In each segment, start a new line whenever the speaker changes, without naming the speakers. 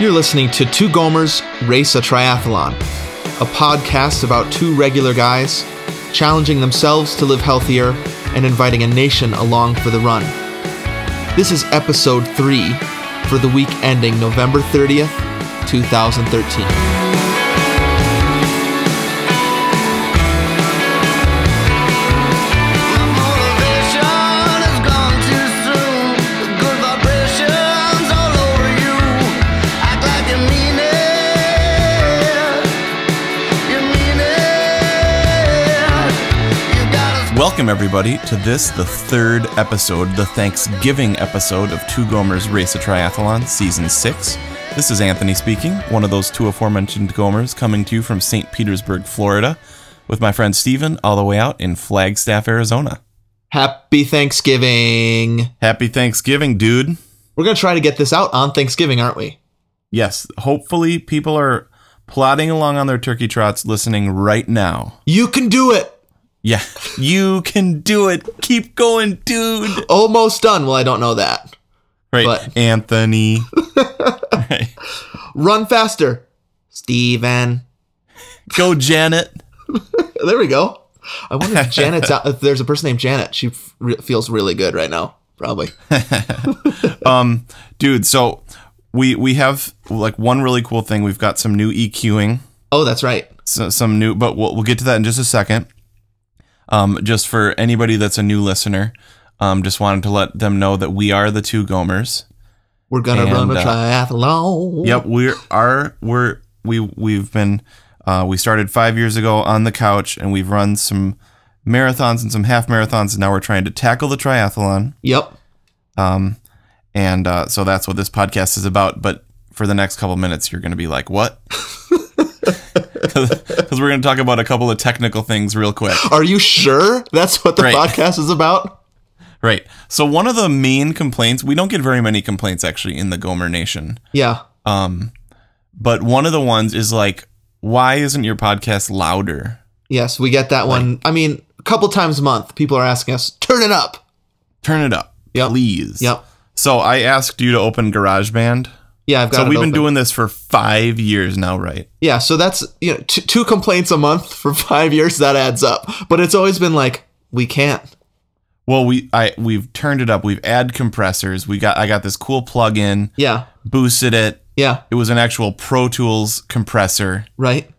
You're listening to Two Gomers Race a Triathlon, a podcast about two regular guys challenging themselves to live healthier and inviting a nation along for the run. This is episode three for the week ending November 30th, 2013.
Motivation has gone too soon. Good vibrations all over you. Act like you mean it. You mean it. You gotta
Welcome, everybody, to this, the third episode, the Thanksgiving episode of Two Gomers Race a Triathlon, Season 6. This is Anthony speaking, one of those two aforementioned Gomers, coming to you from St. Petersburg, Florida, with my friend Steven, all the way out in Flagstaff, Arizona.
Happy Thanksgiving!
Happy Thanksgiving, dude.
We're going to try to get this out on Thanksgiving, aren't we?
Yes, hopefully people are plodding along on their turkey trots listening right now.
You can do it!
Yeah, you can do it. Keep going, dude.
Almost done. Well, I don't know that.
Right,
But-
Anthony. Right.
Run faster, Steven.
Go, Janet.
There we go. I wonder if Janet's out. If there's a person named Janet, she f- re- feels really good right now. Probably.
dude so we we have like one really cool thing we've got some new eqing
Oh, that's right.
so, some new but we'll, we'll get to that in just a second um just for anybody that's a new listener um just wanted to let them know that we are the two gomers
We're gonna
And,
run a
uh,
triathlon.
yep we're are we're we we've been uh we started five years ago on the couch and we've run some marathons and some half marathons and now we're trying to tackle the triathlon
Yep.
and uh, so that's what this podcast is about. But for the next couple minutes, you're going to be like, "What?" Because we're going to talk about a couple of technical things real quick.
Are you sure that's what the
Right.
podcast is about?
Right. So one of the main complaints we don't get very many complaints actually in the Gomer Nation, Um,
Yeah.
but one of the ones is like, "Why isn't your podcast louder?"
Yes, we get that one. I mean, a couple times a month, people are asking us, "Turn it up."
Turn it up,
Yep.
please.
Yep.
So I asked you to open GarageBand.
Yeah, I've got.
So
it
we've been
open.
doing this for five years now, right?
Yeah, so that's you know t- two complaints a month for five years. That adds up. But it's always been like we can't.
Well, we I we've turned it up. We've add compressors. We got I got this cool plug-in.
Yeah.
boosted it.
Yeah.
It was an actual Pro Tools compressor. Uh,
Right.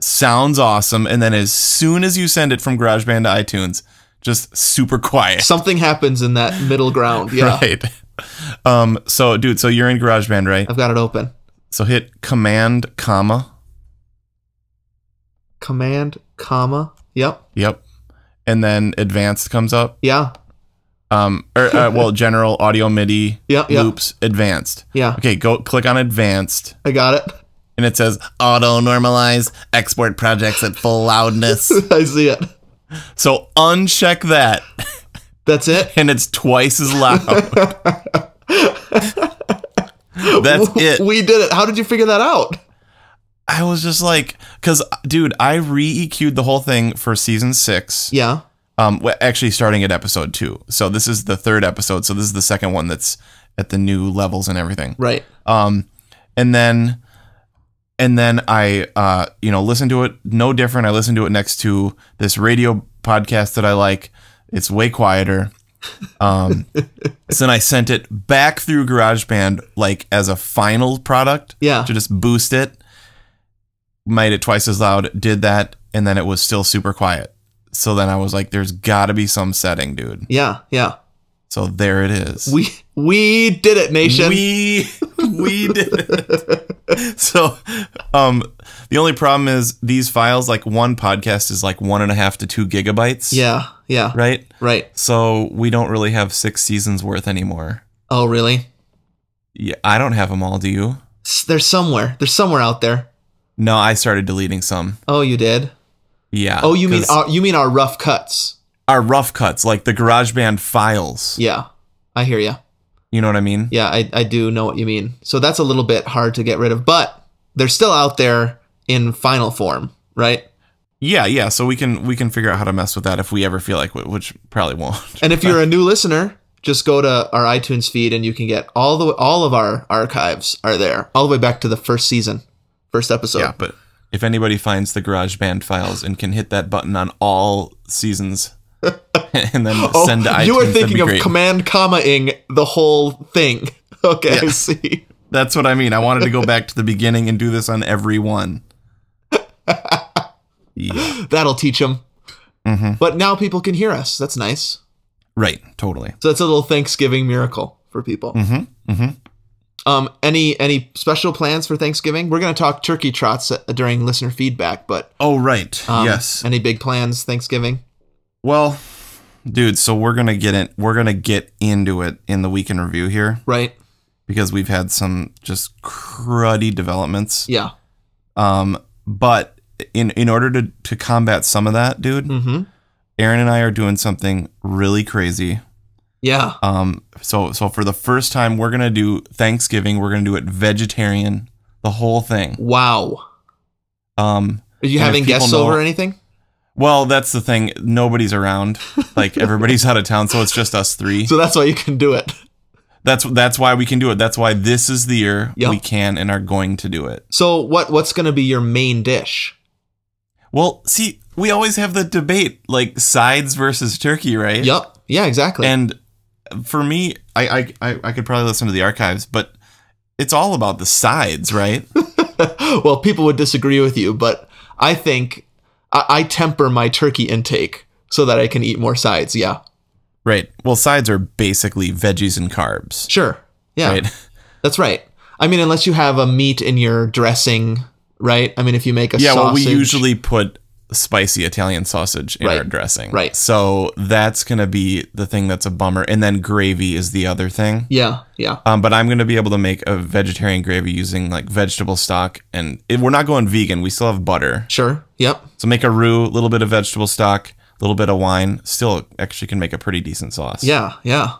Sounds awesome. And then as soon as you send it from GarageBand to iTunes, just super quiet.
Something happens in that middle ground. Yeah.
Right. Um, so dude, so you're in GarageBand, right?
I've got it open.
So hit command comma.
Command, comma. Yep.
Yep. And then advanced comes up.
Yeah.
Um or uh, well, general audio MIDI
Yep, yep.
loops advanced.
Yeah.
Okay, go click on advanced.
I got it.
And it says auto normalize export projects at full loudness.
I see it.
so uncheck that.
That's it.
and it's twice as loud. That's it.
We did it. How did you figure that out?
I was just like, because, dude, I re EQ'd the whole thing for season six.
Yeah.
Um, well, actually, starting at episode two. So this is the third episode. So this is the second one that's at the new levels and everything.
Right.
Um, and then, and then I, uh, you know, listen to it. No different. I listen to it next to this radio podcast that I like. It's way quieter. Um, so then I sent it back through GarageBand, like as a final product.
Yeah.
To just boost it, made it twice as loud. Did that, and then it was still super quiet. So then I was like, "There's got to be some setting, dude."
Yeah. Yeah.
So there it is.
We we did it, nation.
We we did it. So, um, the only problem is these files. Like one podcast is like one and a half to two gigabytes.
yeah. Yeah. Right.
Right. So we don't really have six seasons worth anymore.
Oh, really?
Yeah, I don't have them all. Do you?
S- They're somewhere. They're somewhere out there.
No, I started deleting some.
Oh, you did.
Yeah.
Oh, you mean
'cause
our, you mean our rough cuts?
our rough cuts, like the GarageBand files.
Yeah. I hear you.
You know what I mean?
Yeah, I, I do know what you mean. So that's a little bit hard to get rid of, but they're still out there in final form, right?
Yeah, yeah. So we can we can figure out how to mess with that if we ever feel like it, which probably won't.
And if you're a new listener, just go to our iTunes feed and you can get all the all of our archives are there, all the way back to the first season, first episode.
Yeah, but if anybody finds the GarageBand files and can hit that button on all seasons and then
Oh,
send to iTunes,
you were
that'd
thinking
be
of
great.
command comma-ing the whole thing. Okay, I
Yeah.
see.
That's what I mean. I wanted to go back to the beginning and do this on every one. yeah.
That'll teach them.
Mhm.
But now people can hear us. That's nice.
Right. Totally.
So that's a little Thanksgiving miracle for people.
Mm-hmm. Mm-hmm.
Um, any any special plans for Thanksgiving? We're gonna talk turkey trots uh, during listener feedback, but
Oh, right.
um,
yes.
any big plans Thanksgiving?
Well, dude, so we're gonna get it. We're gonna get into it in the weekend review here
Right?
because we've had some just cruddy developments.
Yeah.
Um, but in in order to to combat some of that, dude,
Mm-hmm.
Aaron and I are doing something really crazy.
Yeah.
Um, so so for the first time, we're gonna do Thanksgiving. We're gonna do it vegetarian, the whole thing.
Wow.
Um,
Are you
And if
having
people
guests
know-
over or anything?
well, that's the thing. Nobody's around. Like everybody's out of town, so it's just us three.
So that's why you can do it.
That's that's why we can do it. That's why this is the year
Yeah.
we can and are going to do it.
So what what's gonna be your main dish?
Well, see, we always have the debate like sides versus turkey, right?
Yep. Yeah. Exactly.
And for me, I I I, I could probably listen to the archives, but it's all about the sides, right?
well, people would disagree with you, but I think I, I temper my turkey intake so that I can eat more sides. Yeah.
right. Well, sides are basically veggies and carbs.
Sure. Yeah.
Right.
That's right. I mean, unless you have a meat in your dressing, right? I mean, if you make a
Yeah, well, we
sausage,
usually put spicy Italian sausage in
Right.
our dressing.
Right.
So that's going to be the thing that's a bummer. And then gravy is the other thing.
yeah, yeah,
Um, but I'm going to be able to make a vegetarian gravy using like vegetable stock. And it, we're not going vegan. We still have butter.
sure, yep,
So make a roux, a little bit of vegetable stock, a little bit of wine. Still actually can make a pretty decent sauce.
yeah, yeah.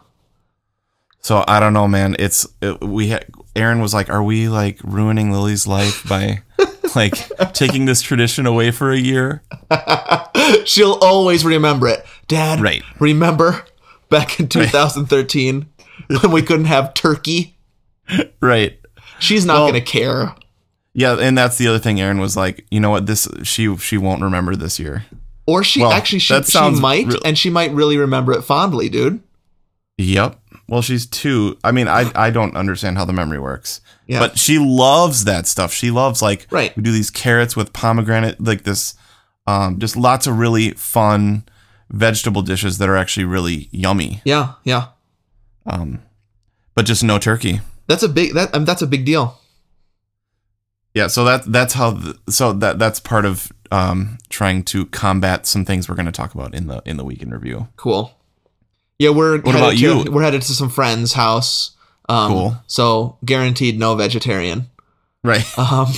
So I don't know, man. It's it, we. Ha- Aaron was like, "Are we like ruining Lily's life by like taking this tradition away for a year?"
She'll always remember it, Dad.
Right.
Remember back in 2013 when we couldn't have turkey.
Right.
She's not
Well-
gonna care.
Yeah, and that's the other thing. Aaron was like, "You know what? This she she won't remember this year."
Or she
Well,
actually she,
that
she
sounds
might,
real-
and she might really remember it fondly, dude.
Yep. Well, she's two. I mean, I I don't understand how the memory works.
Yeah.
But she loves that stuff. She loves like
Right.
we do these carrots with pomegranate, like this, um, just lots of really fun vegetable dishes that are actually really yummy.
Yeah, yeah.
Um, but just no turkey.
That's a big that I mean, that's a big deal.
Yeah. So that that's how. The, so that that's part of um trying to combat some things we're going to talk about in the in the weekend review.
Cool. Yeah, we're
What
headed
about
to-
you?
We're headed to some friend's house. Um,
Cool.
So guaranteed no vegetarian.
Right.
Um,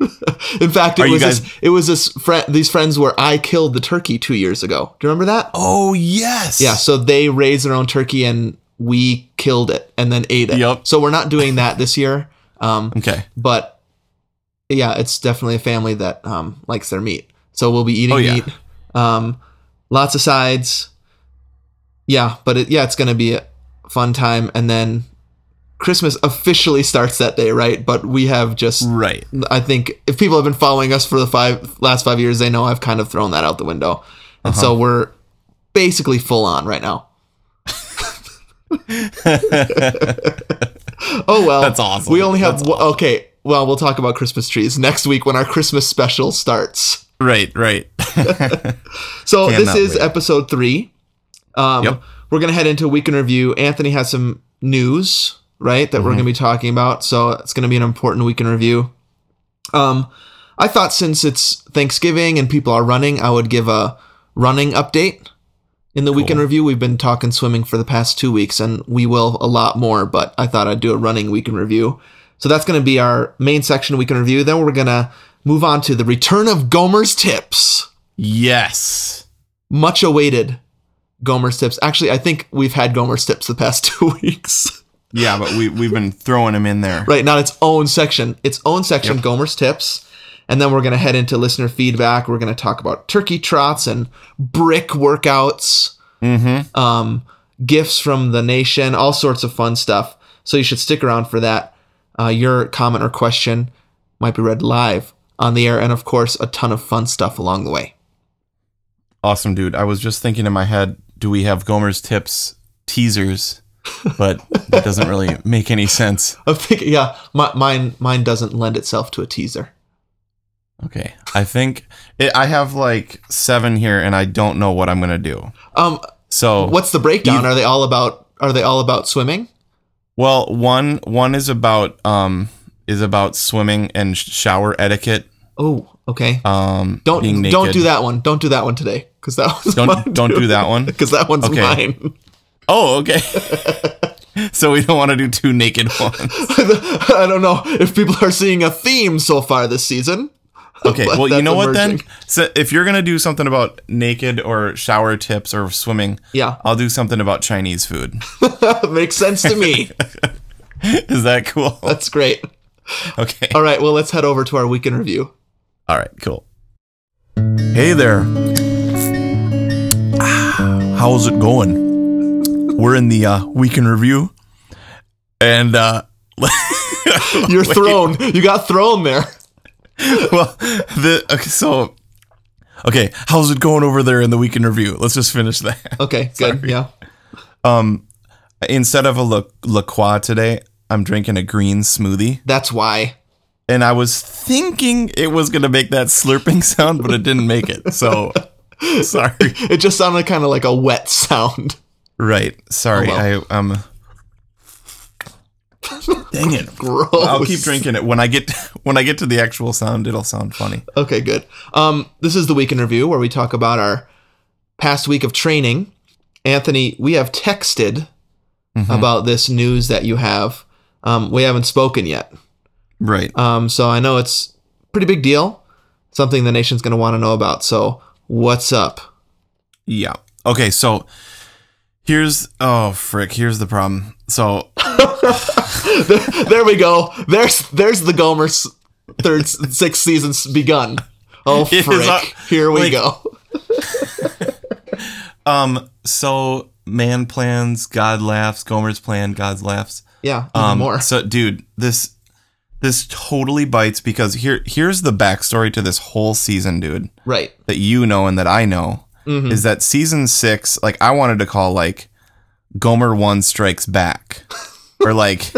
in fact, it
Are you
was
guys-
this, it was this friend. These friends where I killed the turkey two years ago. Do you remember that?
Oh yes.
Yeah. So they raised their own turkey and we killed it and then ate it.
Yup.
So we're not doing that this year. Um,
Okay.
but yeah, it's definitely a family that um, likes their meat. So we'll be eating
Oh, yeah.
meat, um, lots of sides. Yeah, but it, yeah, it's gonna be a fun time, and then Christmas officially starts that day, right? But we have just,
Right.
I think, if people have been following us for the five last five years, they know I've kind of thrown that out the window, and
Uh-huh.
so we're basically full on right now. Oh well,
That's awesome.
We only have one- okay. Well, we'll talk about Christmas trees next week when our Christmas special starts.
Right. Right.
So this
Cannot
is
wait.
episode three. Um,
Yep.
We're gonna head into week in review. Anthony has some news, right, that we're gonna be talking about. So it's gonna be an important week in review. Um, I thought since it's Thanksgiving and people are running, I would give a running update. In the week in
Cool.
review, we've been talking swimming for the past two weeks, and we will a lot more, but I thought I'd do a running week in review. So that's going to be our main section of week in review. Then we're going to move on to the return of Gomer's tips,
yes.
much awaited Gomer's tips. Actually, I think we've had Gomer's tips the past two weeks.
Yeah, but we we've been throwing him in there.
right not its own section its own section gomer's tips and then we're going to head into listener feedback we're going to talk about turkey trots and brick workouts
Mm-hmm.
um, gifts from the nation, all sorts of fun stuff. So you should stick around for that. Uh, your comment or question might be read live on the air, and of course, a ton of fun stuff along the way.
Awesome, dude. I was just thinking in my head, do we have Gomer's tips teasers? But that doesn't really make any sense.
I think, yeah, my, mine mine doesn't lend itself to a teaser.
Okay. I think it, I have like seven here and I don't know what I'm going to do.
Um,
So,
what's the breakdown? Are they all about? Are they all about swimming?
well, one one is about um is about swimming and sh- shower etiquette.
Oh, okay.
Um
don't
being
don't
naked.
do that one. Don't do that one today because that was
Don't- don't do that one?
because that one's
Okay.
mine.
Oh, okay. so we don't want to do two naked ones.
I don't know if people are seeing a theme so far this season.
Okay.
But
well, you
that's
know what then?
emerging.
So if you're gonna do something about naked or shower tips or swimming,
Yeah,
I'll do something about Chinese food.
makes sense to me.
Is that cool?
That's great.
Okay.
All right, well, let's head over to our weekend review.
All right. Cool. Hey there. Ah, How's it going? We're in the uh, weekend review, and uh,
You're thrown. You got thrown there.
well, the okay, so okay, how's it going over there in the weekend review? Let's just finish that.
Okay, good. Yeah.
Instead of a La, La Croix today, I'm drinking a green smoothie,
That's why.
and I was thinking it was gonna make that slurping sound, but it didn't make it. So sorry.
It just sounded kind of like a wet sound.
Right. Sorry. I um. Dang it.
Gross.
I'll keep drinking it when I get when I get to the actual sound. It'll sound funny.
Okay, good. Um, this is the week in review where we talk about our past week of training. Anthony, we have texted
Mm-hmm.
about this news that you have. Um, we haven't spoken yet.
Right.
Um, so I know it's a pretty big deal, something the nation's going to want to know about. So what's up?
Yeah. Okay, so here's oh frick, here's the problem. So
There we go. There's there's the Gomer's third sixth season's begun. Oh
It is
frick!
up-
Here we
like-
go.
um so man plans, God laughs, Gomer's plan, God laughs.
Yeah, even
Um
more.
so dude, this this totally bites because here here's the backstory to this whole season, dude,
Right.
that you know and that I know
Mm-hmm.
is that season 6, like I wanted to call like Gomer 1 strikes back or like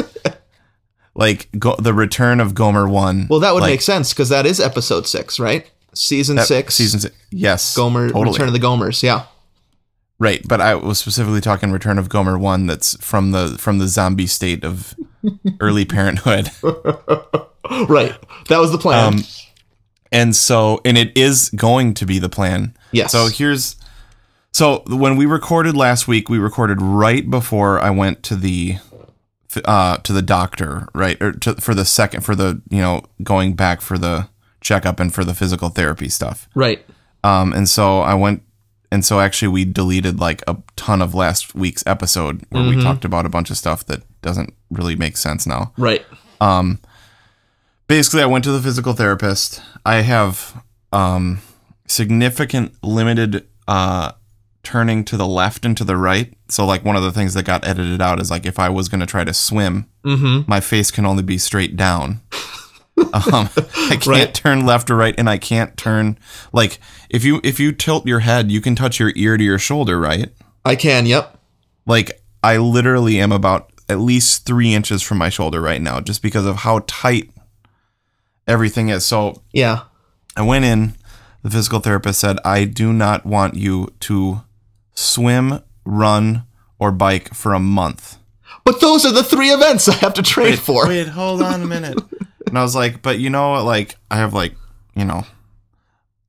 like go, the return of Gomer 1.
Well, that would
like,
make sense because that is episode six, right? Season
That-
six.
Season six. Yes.
Gomer,
Totally.
Return of the Gomers. Yeah.
right, but I was specifically talking Return of Gomer one. That's from the from the zombie state of early parenthood,
Right. That was the plan.
Um, and so and it is going to be the plan.
Yes.
So here's. So when we recorded last week, we recorded right before I went to the, uh, to the doctor, right, or to, for the second for the you know going back for the checkup and for the physical therapy stuff.
right.
Um, and so I went, and so actually we deleted like a ton of last week's episode where
Mm-hmm.
we talked about a bunch of stuff that doesn't really make sense now.
Right.
Basically, I went to the physical therapist. I have um, significant limited uh, turning to the left and to the right. So, like one of the things that got edited out is like if I was going to try to swim,
Mm-hmm.
my face can only be straight down. um, I can't
Right.
turn left or right, and I can't turn like if you if you tilt your head, you can touch your ear to your shoulder, right?
I can. Yep.
Like I literally am about at least three inches from my shoulder right now, just because of how tight everything is. So
Yeah.
I went in. The physical therapist said, "I do not want you to swim, run, or bike for a month."
But those are the three events I have to train for.
Wait, hold on a minute. and I was like, but you know, what, like I have like, you know,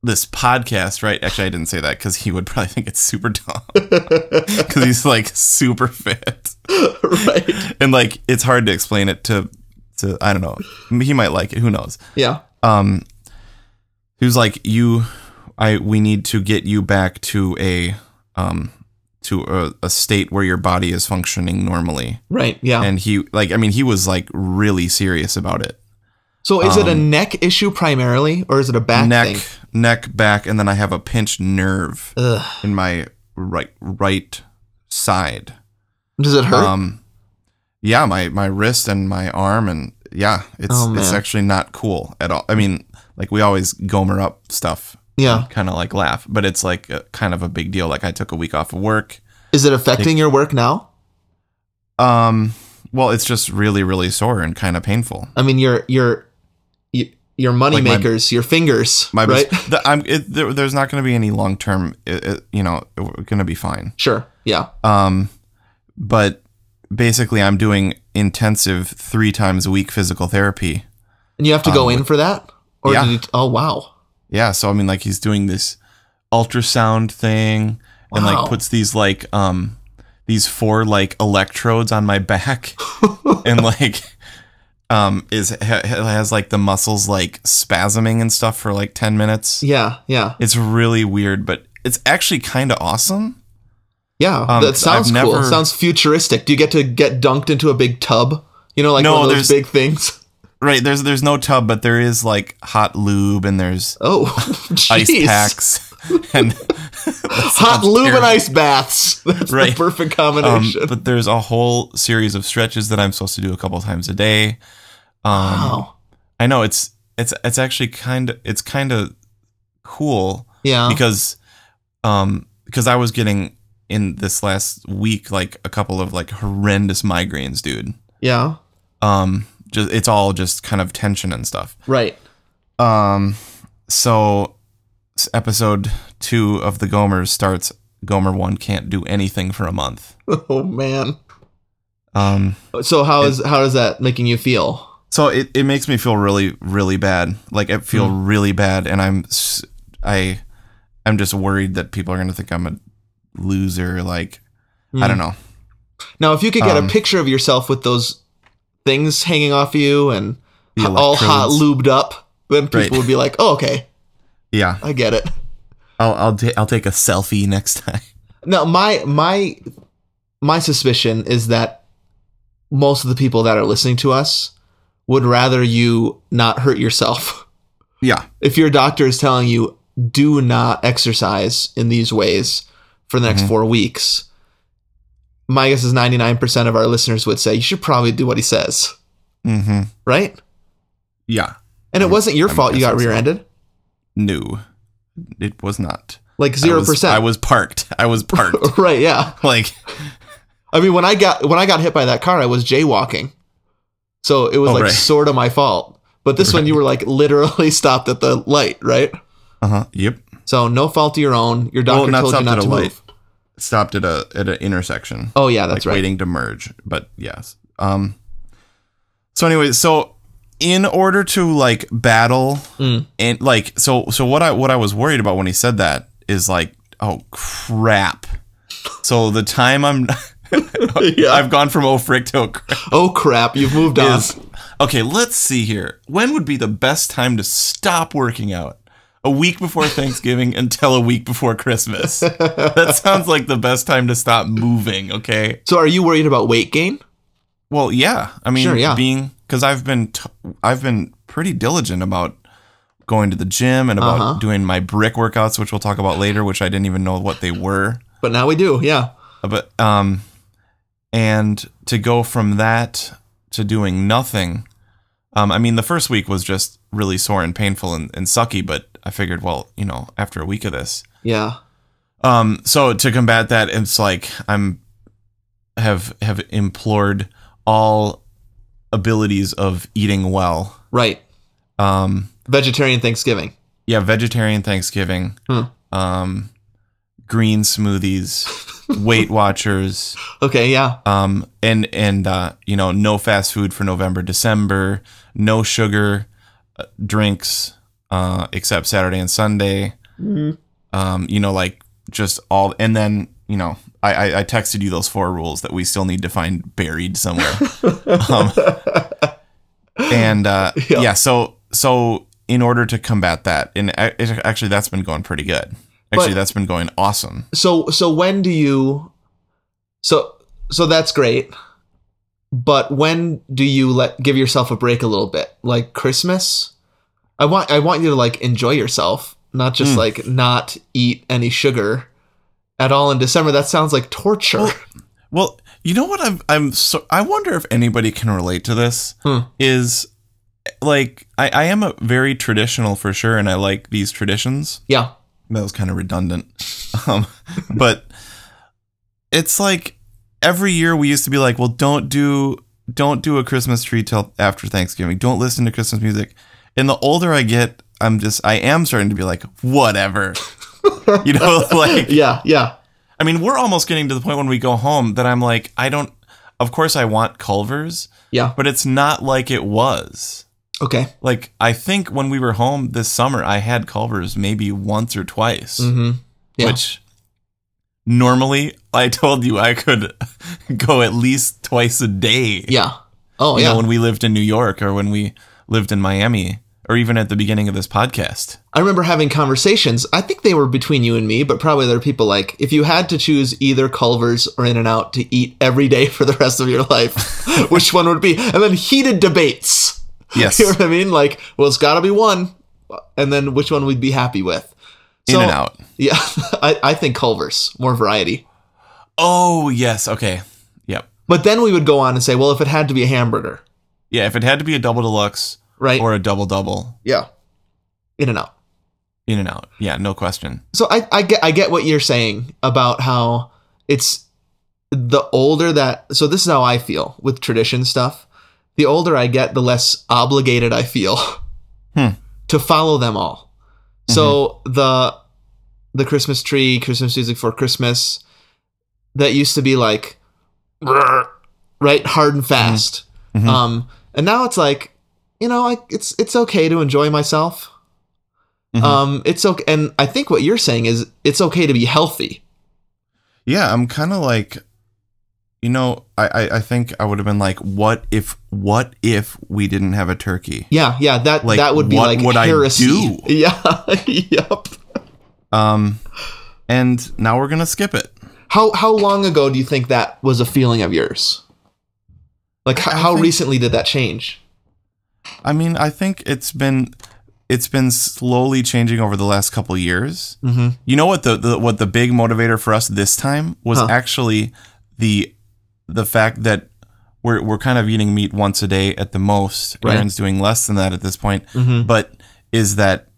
this podcast, right? Actually, I didn't say that because he would probably think it's super dumb because he's like super fit
right.
and like it's hard to explain it to to I don't know. He might like it. Who knows?
Yeah.
um he was like you i we need to get you back to a um to a, a state where your body is functioning normally
Right. Yeah.
and he like i mean he was like really serious about it
so is it a neck issue primarily, or is it a back
um, neck
thing?
neck back and then i have a pinched nerve
Ugh.
in my right right side
Does it hurt?
Um, yeah, my my wrist and my arm and yeah, it's
Oh,
it's
man.
actually not cool at all. I mean, like we always gomer up stuff,
yeah.
kind of like laugh, but it's like a, kind of a big deal. Like I took a week off of work.
Is it affecting your work now?
Um, well, it's just really really sore and kind of painful.
I mean, your your y- your money
my-
makers, your fingers,
My
right?
the, I'm it, there, there's not going to be any long term. It, it, you know, we're going to be fine.
sure. Yeah.
Um, but basically, I'm doing intensive three times a week physical therapy.
And you have to go in for that? Or
Um, yeah.
did you, oh wow.
Yeah, so I mean like he's doing this ultrasound thing and
Wow.
like puts these like um these four like electrodes on my back and like um is ha- has like the muscles like spasming and stuff for like 10 minutes.
Yeah, yeah.
It's really weird, but it's actually kind of awesome.
Yeah,
Um,
that sounds
I've
cool.
never-
Sounds futuristic. Do you get to get dunked into a big tub? You know, like
No,
one of those
there's-
big things.
Right, there's there's no tub, but there is like hot lube and there's
Oh,
ice
jeez.
packs and
hot lube and
terrible.
ice baths. That's
Right.
the perfect
Um,
combination.
but there's a whole series of stretches that I'm supposed to do a couple times a day. um,
wow.
I know it's it's it's actually kind of it's kind of cool
Yeah.
because um because I was getting in this last week like a couple of like horrendous migraines, dude.
yeah.
Um, just it's all just kind of tension and stuff.
Right.
Um, so s- episode two of the Gomers starts. Gomer one can't do anything for a month.
Oh man.
Um.
So how is how is that making you feel?
So it, it makes me feel really really bad. Like I feel really bad, and I'm s- I I'm just worried that people are gonna think I'm a loser. Like I don't know.
Now, if you could get
Um,
a picture of yourself with those things hanging off you and
The
ho- all hot
electrodes.
lubed up, then people
Right.
would be like, "Oh, okay,
Yeah,
I get it."
I'll I'll ta- I'll take a selfie next time.
No, my my my suspicion is that most of the people that are listening to us would rather you not hurt yourself.
yeah,
If your doctor is telling you do not exercise in these ways for the next
Mm-hmm.
4 weeks, my guess is 99% of our listeners would say you should probably do what he says,
mm-hmm.
right?
yeah.
And it wasn't your
I'm
fault you got
guessing so.
rear-ended.
No, it was not
Like
I was-
0%.
I was parked. I was parked.
right, yeah.
like
I mean, when I got when I got hit by that car, I was jaywalking, so it was
Oh,
like
right.
sort of my fault. But this one, you were like literally stopped at the light, right?
uh huh. Yep.
So no fault of your own. Your
Well,
doctor
not
told you
stopped
not
at a
to
light.
move.
Stopped at a at an intersection.
Oh yeah, that's
like
right.
waiting to merge. But yes. Um so anyway, so in order to like battle
Mm.
and like so so what I what I was worried about when he said that is like, oh crap. So the time I'm I've gone from oh frick to oh crap
Oh crap, you've moved on.
is okay, let's see here. When would be the best time to stop working out? A week before Thanksgiving until a week before Christmas. That sounds like the best time to stop moving, okay?
So are you worried about weight gain?
Well, yeah. I mean,
Sure, yeah.
being because I've been t- I've been pretty diligent about going to the gym and about
Uh-huh.
doing my brick workouts, which we'll talk about later, which I didn't even know what they were.
But now we do. Yeah.
But um, and to go from that to doing nothing, um, I mean, the first week was just really sore and painful and, and sucky. But I figured, well, you know, after a week of this,
Yeah.
um, so to combat that, it's like I'm have have implored all abilities of eating well.
Right.
Um,
Vegetarian Thanksgiving.
yeah, vegetarian Thanksgiving,
Hmm.
um, green smoothies, Weight Watchers,
Okay. Yeah.
um, and and uh, you know no fast food for November December, no sugar uh, drinks uh, except Saturday and Sunday. Um, you know, like just all, and then you know, I, I I texted you those four rules that we still need to find buried somewhere. um, and uh,
Yeah.
yeah. so so in order to combat that, and a- it- actually that's been going pretty good. Actually,
But-
that's been going awesome.
So so when do you? So so that's great. But when do you let give yourself a break a little bit? Like Christmas? I want I want you to like enjoy yourself, not just like not eat any sugar at all in December. That sounds like torture.
Well, You know what I'm I'm so I wonder if anybody can relate to this
Hmm.
is like I, I am a very traditional for sure and I like these traditions.
Yeah.
That was kind of redundant. Um but it's like every year we used to be like, well don't do don't do a Christmas tree till after Thanksgiving. Don't listen to Christmas music. And the older I get, I'm just I am starting to be like, whatever. you know, like
Yeah. Yeah.
I mean, we're almost getting to the point when we go home that I'm like, I don't. Of course, I want Culver's,
Yeah.
but it's not like it was.
Okay.
Like, I think when we were home this summer, I had Culver's maybe once or twice,
Mm-hmm. Yeah.
which normally I told you I could go at least twice a day.
Yeah. Oh,
You
yeah.
know, when we lived in New York or when we lived in Miami or even at the beginning of this podcast.
I remember having conversations. I think they were between you and me, but probably there are people like, if you had to choose either Culver's or In and Out to eat every day for the rest of your life, which one would it be? And then heated debates.
Yes.
You know what I mean? Like, well, it's got to be one, and then which one we'd be happy with. So-
In and out.
Yeah, I, I think Culver's more variety.
Oh, yes. Okay. Yep.
But then we would go on and say, well, if it had to be a hamburger,
Yeah. If it had to be a double deluxe
right?
or a double double,
yeah, In and Out.
In and out. Yeah, no question.
So I, I get I get what you're saying about how it's the older that so this is how I feel with tradition stuff. The older I get, the less obligated I feel
Hmm.
to follow them all. So the the Christmas tree, Christmas music for Christmas, that used to be like right hard and fast.
Mhm.
Um, and now it's like you know, I, it's it's okay to enjoy myself.
Mhm.
Um, it's okay, and I think what you're saying is it's okay to be healthy.
Yeah, I'm kind of like, you know, I, I, I think I would have been like, what if, what if we didn't have a turkey?
Yeah, yeah. That
Like,
that would be
what
like
would I
heresy.
do?
Yeah, yep.
Um, and now we're gonna skip it.
How how long ago do you think that was a feeling of yours? Like h-
I
how
think-
recently did that change?
I mean, I think it's been, it's been slowly changing over the last couple years.
Mm-hmm.
You know what the, the what the big motivator for us this time was
Huh.
actually the the fact that we're we're kind of eating meat once a day at the most.
Right.
Aaron's doing less than that at this point.
Mhm.
But is that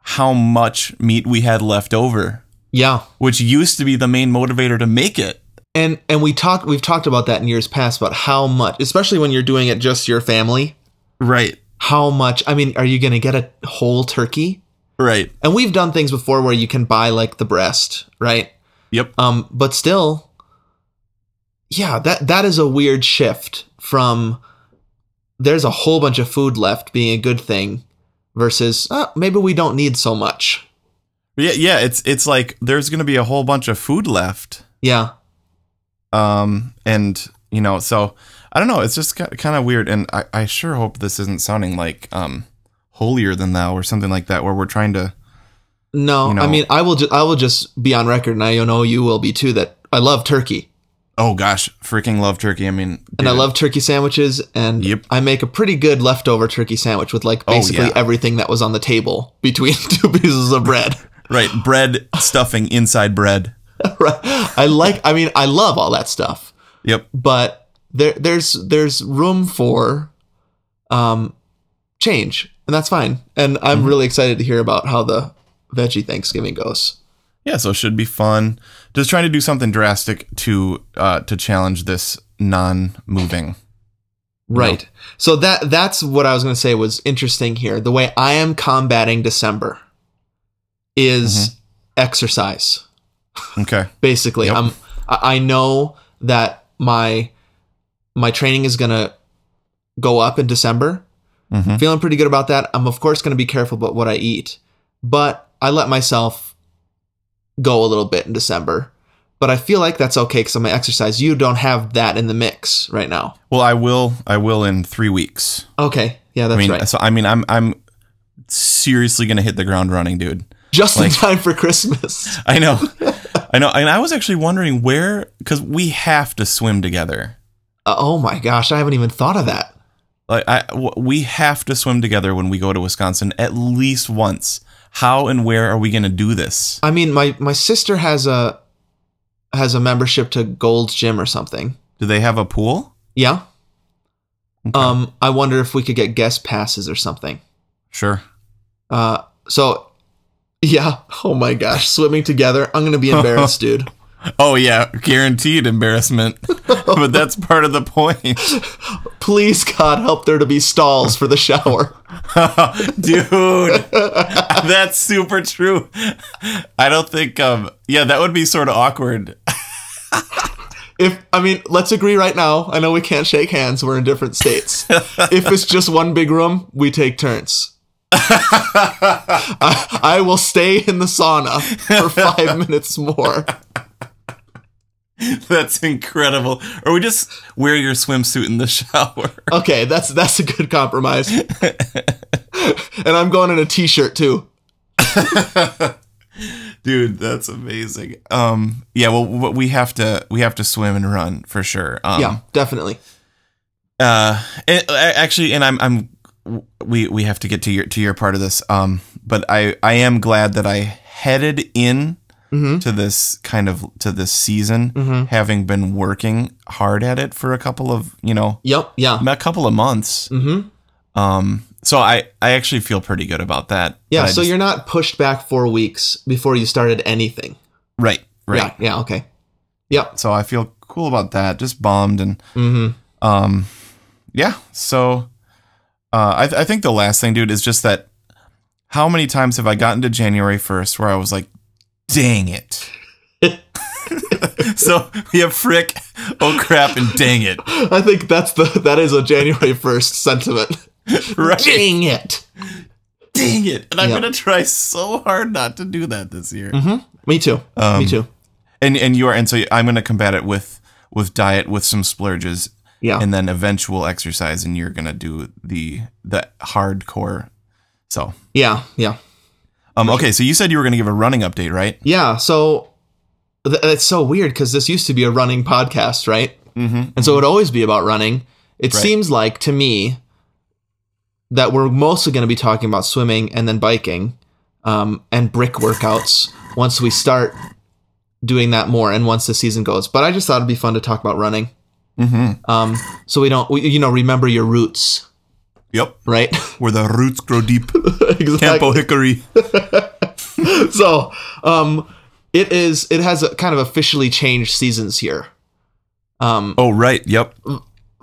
how much meat we had left over,
Yeah,
which used to be the main motivator to make it.
and and we talked we've talked about that in years past about how much, especially when you're doing it just your family.
Right.
How much? I mean, are you going to get a whole turkey?
Right.
And we've done things before where you can buy like the breast, right?
Yep.
Um, but still, yeah, that that is a weird shift from there's a whole bunch of food left being a good thing versus uh, maybe we don't need so much.
Yeah, yeah, it's it's like there's going to be a whole bunch of food left.
Yeah,
um and you know so i don't know it's just kind of weird and I, I sure hope this isn't sounding like um holier than thou or something like that where we're trying to
no,
You know-
I mean, I will just I will just be on record, and I know you will be too. That I love turkey,
oh gosh freaking love turkey i mean
and I
dude,
love turkey sandwiches, and
Yep. Oh,
I make a pretty good leftover turkey sandwich with like basically
yeah.
everything that was on the table between two pieces of bread.
right bread stuffing inside bread
right? I like. I mean, I love all that stuff.
yep
but there there's there's room for um change and that's fine and i'm really excited to hear about how the veggie thanksgiving goes
yeah so it should be fun just trying to do something drastic to uh to challenge this non-moving
right so that that's what i was going to say was interesting here the way i am combating december is exercise
okay
basically
Yep.
i'm i I know that my my training is gonna go up in december
Mhm.
feeling pretty good about that i'm of course gonna be careful about what i eat but i let myself go a little bit in december but i feel like that's okay because of my exercise you don't have that in the mix right now
well i will i will in three weeks
okay yeah that's
i mean
right
so i mean i'm i'm seriously gonna hit the ground running dude
just in
like-
time for christmas
I know. I know. And I was actually wondering where, because we have to swim together.
Uh, oh my gosh i haven't even thought of that
Like, I, w- we have to swim together when we go to Wisconsin at least once. How and where are we going to do this?
i mean my my sister has a has a membership to gold's gym or something
Do they have a pool?
Yeah. Um, I wonder if we could get guest passes or something.
Sure.
Uh, so, yeah. Oh my gosh, swimming together. I'm gonna be embarrassed, dude.
Oh yeah, guaranteed embarrassment. but that's part of the point.
Please, God, help there to be stalls for the shower.
Dude, that's super true. I don't think um yeah, that would be sort of awkward.
If I mean, let's agree right now. I know we can't shake hands. We're in different states. if it's just one big room, we take turns. I, I will stay in the sauna for five minutes more.
That's incredible. Or we just wear your swimsuit in the shower.
Okay, that's that's a good compromise. and I'm going in a t-shirt too.
Dude, that's amazing. Um yeah, well w- we have to we have to swim and run for sure. Um
Yeah, definitely.
uh and, uh, actually and i'm i'm we we have to get to your to your part of this um but i i am glad that i headed in
Mm-hmm.
to this kind of to this season having been working hard at it for a couple of you know
Yep. Yeah.
a couple of months
Mm-hmm.
um so i i actually feel pretty good about that
Yeah.
But I
So
just-
you're not pushed back four weeks before you started anything.
right right
Yeah. Yeah. Okay. Yep.
so i feel cool about that just bummed and
Mm-hmm.
Um, yeah. So, uh, I, th- I think the last thing, dude, is just that. How many times have I gotten to January first where I was like, "Dang it." so we have frick, oh crap, and dang it,
I think that's the that is a January first sentiment.
right?
Dang it!
Dang it! And I'm
Yep.
gonna try so hard not to do that this year.
Mm-hmm. Me too.
Um,
Me too.
And and you are, and so I'm gonna combat it with with diet, with some splurges,
Yeah.
and then eventual exercise, and you're gonna do the the hardcore. So
yeah. Yeah.
Um, okay, so you said you were going to give a running update, right?
Yeah. So th- it's so weird because this used to be a running podcast, right?
Mm-hmm.
And so it'd always be about running. It
Right.
seems like to me that we're mostly going to be talking about swimming and then biking um, and brick workouts once we start doing that more and once the season goes. But I just thought it'd be fun to talk about running. Mm-hmm. Um, so we don't, we, you know, remember your roots,
Yep.
right?
Where the roots grow deep.
exactly.
Campo Hickory.
so um it is it has a kind of officially changed seasons here um
Oh, right. Yep.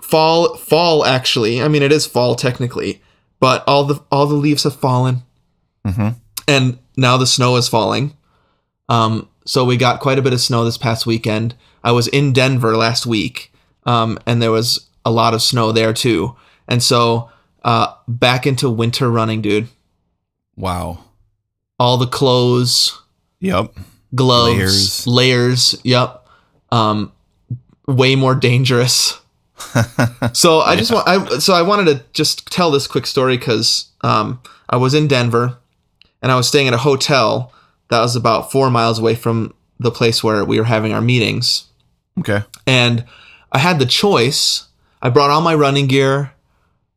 fall fall actually i mean it is fall technically but all the all the leaves have fallen
Mhm.
and now the snow is falling um so we got quite a bit of snow this past weekend i was in denver last week um and there was a lot of snow there too and so uh back into winter running dude
Wow.
all the clothes
Yep.
gloves, layers.
Layers.
yep. Um, way more dangerous. so I just want I so I wanted to just tell this quick story because um, I was in Denver and I was staying at a hotel that was about four miles away from the place where we were having our meetings
Okay.
and I had the choice. I brought all my running gear,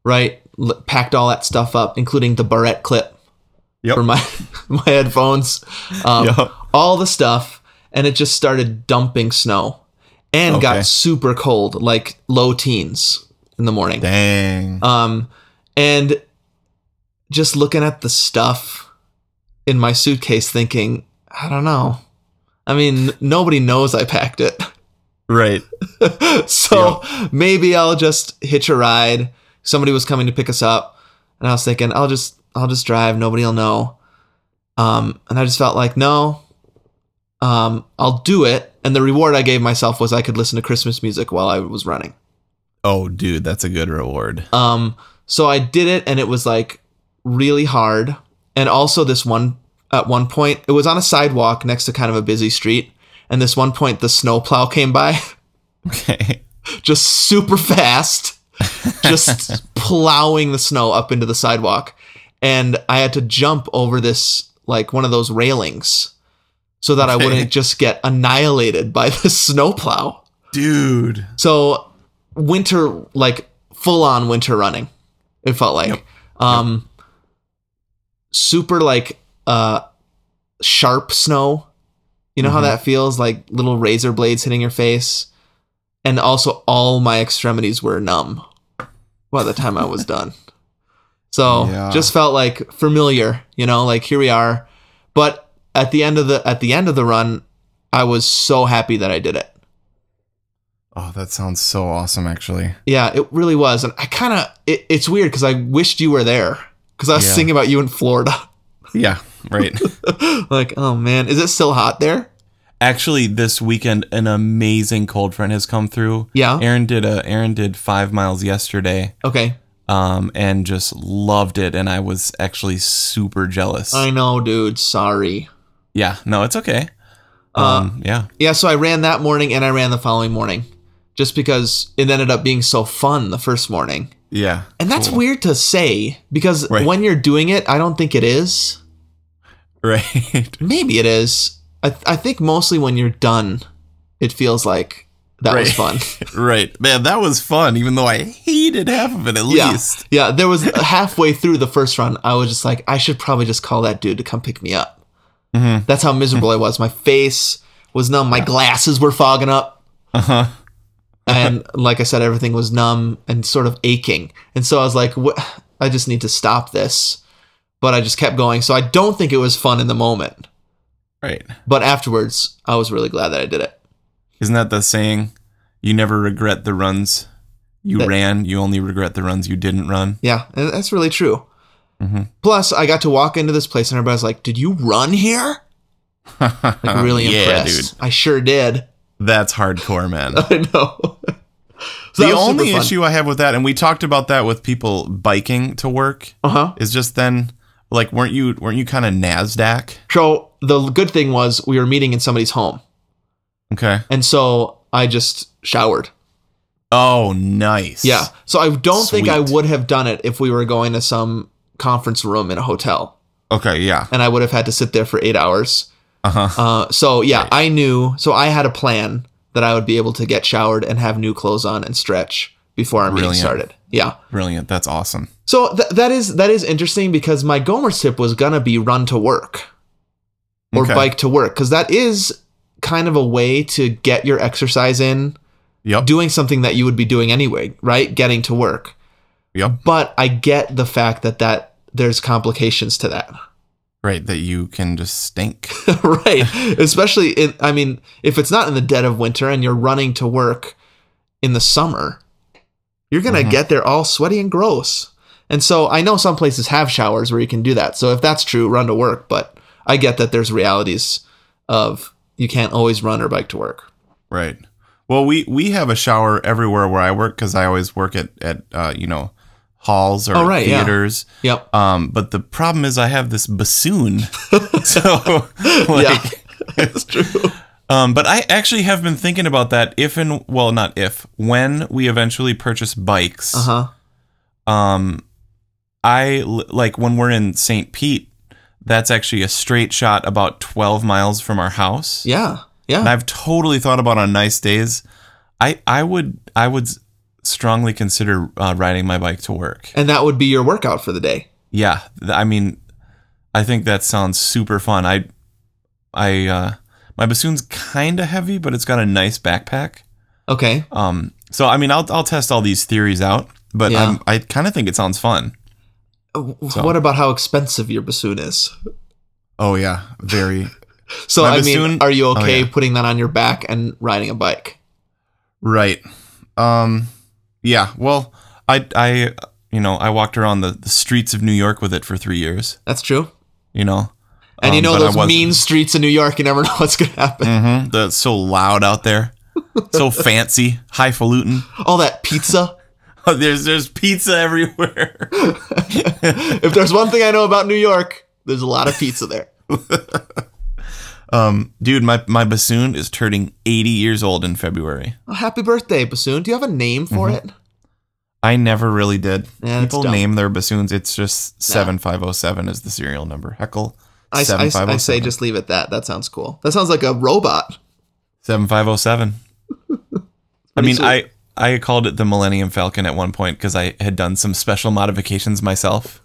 right? L- packed all that stuff up, including the barrette clip
Yep.
for my my headphones, um,
Yep.
all the stuff, and it just started dumping snow, and
Okay.
got super cold, like low teens in the morning.
Dang.
Um, and just looking at the stuff in my suitcase, thinking, I don't know. I mean, n- nobody knows I packed it.
right.
So maybe I'll just hitch a ride. Somebody was coming to pick us up, and I was thinking, I'll just I'll just drive. Nobody'll know. Um, and I just felt like no. Um, I'll do it. And the reward I gave myself was I could listen to Christmas music while I was running.
Oh, dude, that's a good reward.
Um, so I did it, and it was like really hard. And also, this one at one point, it was on a sidewalk next to kind of a busy street. And this one point, the snowplow came by.
Okay.
just super fast, just plowing the snow up into the sidewalk. And I had to jump over this, like one of those railings, so that I
Okay.
wouldn't just get annihilated by the snowplow.
Dude.
So, winter, like full on winter running, it felt like. Um, Super, like, uh, sharp snow. You know how that feels? Like little razor blades hitting your face and also all my extremities were numb by the time I was done. So
Yeah.
just felt like familiar, you know, like here we are. But at the end of the at the end of the run, I was so happy that I did it.
Oh, that sounds so awesome, actually.
Yeah, it really was, and I kind of it, it's weird because I wished you were there because I was
Yeah.
thinking about you in Florida.
Yeah, right.
like, oh man, is it still hot there?
actually, this weekend, an amazing cold front has come through.
Yeah.
Aaron did a Aaron did five miles yesterday,
Okay,
um, and just loved it. And I was actually super jealous.
I know, dude. Sorry.
yeah, no, it's okay.
Uh,
Um, yeah,
Yeah, so I ran that morning and I ran the following morning, just because it ended up being so fun the first morning.
yeah,
And that's weird to say because
Right.
when you're doing it, I don't think it is.
right.
Maybe it is. I, th- I think mostly when you're done, it feels like that was fun.
Right. Right. Man, that was fun, even though I hated half of it at
yeah.
least.
Yeah. There was halfway through the first run, I was just like, I should probably just call that dude to come pick me up. That's how miserable I was. My face was numb. My glasses were fogging up. and like I said, everything was numb and sort of aching. And so I was like, "Wha- I just need to stop this. But I just kept going. So I don't think it was fun in the moment.
Right.
But afterwards, I was really glad that I did it.
Isn't that the saying? You never regret the runs you
That-
ran, you only regret the runs you didn't run.
Yeah, and that's really true. Plus, I got to walk into this place and everybody's like, "Did you run here?" Like really
Uh-huh. Yeah,
impressed. I sure did.
That's hardcore, man.
I know. So that
the
was super
only
fun.
issue I have with that, and we talked about that with people biking to work,
Uh-huh.
is just then like weren't you weren't you kind of Nasdaq?
So the good thing was we were meeting in somebody's home,
Okay.
and so I just showered.
Oh, nice.
Yeah. So I don't think I
Sweet.
would have done it if we were going to some conference room in a hotel,
Okay. Yeah.
and I would have had to sit there for eight hours.
Uh huh.
Uh, so yeah, I knew. So I had a plan that I would be able to get showered and have new clothes on and stretch before our meeting
Brilliant.
started. Yeah.
Brilliant. That's awesome.
So th- that is that is interesting because my Gomer's tip was gonna be run to work or
Okay.
bike to work because that is kind of a way to get your exercise in,
Yep.
doing something that you would be doing anyway, right? Getting to work.
yep.
But I get the fact that that there's complications to that.
Right. That you can just stink.
right especially in i mean if it's not in the dead of winter and you're running to work in the summer you're gonna
Mm-hmm.
get there all sweaty and gross and so i know some places have showers where you can do that so if that's true run to work but i get that there's realities of you can't always run or bike to work
Right. Well, we we have a shower everywhere where I work because I always work at at uh, you know halls or
Oh, right, yeah.
theaters.
yep
Um, but the problem is I have this bassoon, so
Yeah.
like, it's true. Um, but I actually have been thinking about that. If and well, not if, when we eventually purchase bikes,
uh-huh
um, I l- like when we're in St. Pete. That's actually a straight shot about twelve miles from our house.
yeah yeah
And I've totally thought about on nice days. I I would I would strongly consider uh, riding my bike to work.
and that would be your workout for the day
Yeah, th- I mean, I think that sounds super fun. I I uh, my bassoon's kind of heavy, but it's got a nice backpack.
okay
Um, so I mean, I'll I'll test all these theories out, but
Yeah.
I'm, I kind of think it sounds fun.
Uh, what about how expensive your bassoon is
Oh yeah, very
so
My
i mean
bassoon-
are you
oh,
okay
yeah.
putting that on your back and riding a bike
Right. Um yeah, well, I I you know, I walked around the, the streets of New York with it for 3 years,
that's true
you know.
And you
Um,
know
but I
those
wasn't-
mean streets in New York, you never know what's gonna happen.
Mhm, that's so loud out there. So fancy, highfalutin.
All that pizza.
there's there's pizza everywhere.
If there's one thing I know about New York, there's a lot of pizza there.
Um dude, my my bassoon is turning 80 years old in February.
Oh, happy birthday, bassoon. Do you have a name for
Mm-hmm.
it?
I never really did.
Yeah, that's
People
dumb.
name their bassoons. It's just 7507 is the serial number. Heckle.
I, I, I say
7507.
just leave it that. That sounds cool. That sounds like a robot.
Seven five oh seven. I mean,
sweet.
I I called it the Millennium Falcon at one point because I had done some special modifications myself.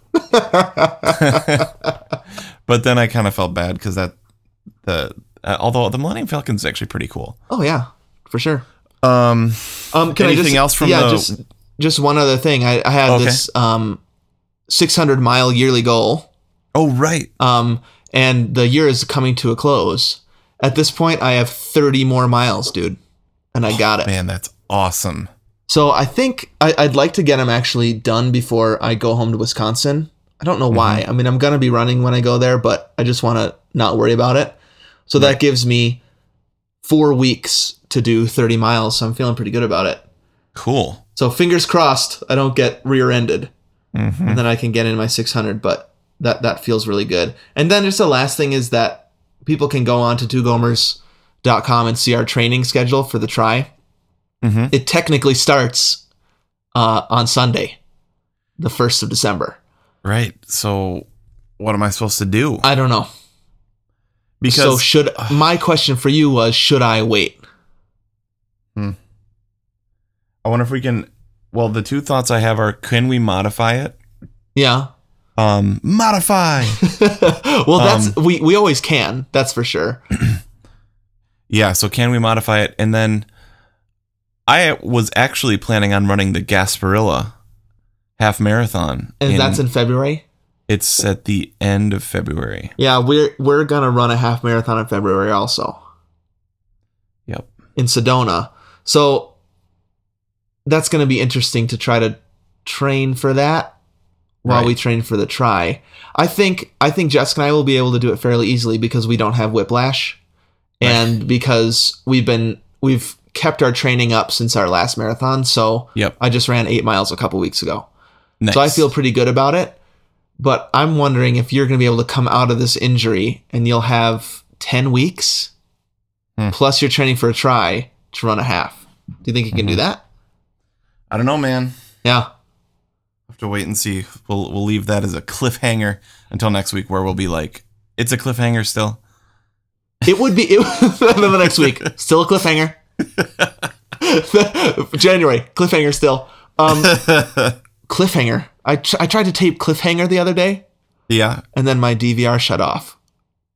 but then I kind of felt bad because that the uh, although the Millennium Falcon's actually pretty cool.
Oh yeah, for sure.
Um,
Um, can I
Anything
just,
else from
yeah,
the-
just just one other thing. I, I had
Okay.
this um, 600 mile yearly goal,
oh right.
um, and the year is coming to a close. At this point, I have 30 more miles, dude, and I got it.
Man, that's awesome.
So I think I, I'd like to get them actually done before I go home to Wisconsin. I don't know why. I mean, I'm gonna be running when I go there, but I just want to not worry about it. So that gives me four weeks to do 30 miles. So I'm feeling pretty good about it.
Cool.
So fingers crossed, I don't get rear-ended, and then I can get in my 600. But that that feels really good. And then just the last thing is that people can go on to twogomers.com and see our training schedule for the try.
Mhm.
It technically starts uh, on Sunday, the first of December.
Right. So, what am I supposed to do?
I don't know.
Because
so should my question for you was should I wait?
I wonder if we can. Well, the two thoughts I have are: can we modify it?
Yeah.
Um, modify.
well, that's we we always can. That's for sure.
yeah. So, can we modify it? And then, I was actually planning on running the Gasparilla half marathon,
And that's in February.
it's at the end of February.
Yeah, we're we're gonna run a half marathon in February also
Yep.
in Sedona. So that's gonna be interesting to try to train for that while we
Right.
train for the try. I think I think Jessica and I will be able to do it fairly easily because we don't have whiplash and because we've been we've kept our training up since our last marathon. So
Yep.
I just ran eight miles a couple weeks ago.
Nice.
So I feel pretty good about it. But I'm wondering if you're going to be able to come out of this injury and you'll have 10 weeks
Hmm.
plus you're training for a try to run a half. Do you think you can do
Mm-hmm.
that?
I don't know, man.
Yeah.
have to wait and see. We'll we'll leave that as a cliffhanger until next week, where we'll be like, it's a cliffhanger still.
It would be it, then the next week. Still a cliffhanger. January cliffhanger still. Um, cliffhanger. I tr- I tried to tape cliffhanger the other day
Yeah.
and then my DVR shut off.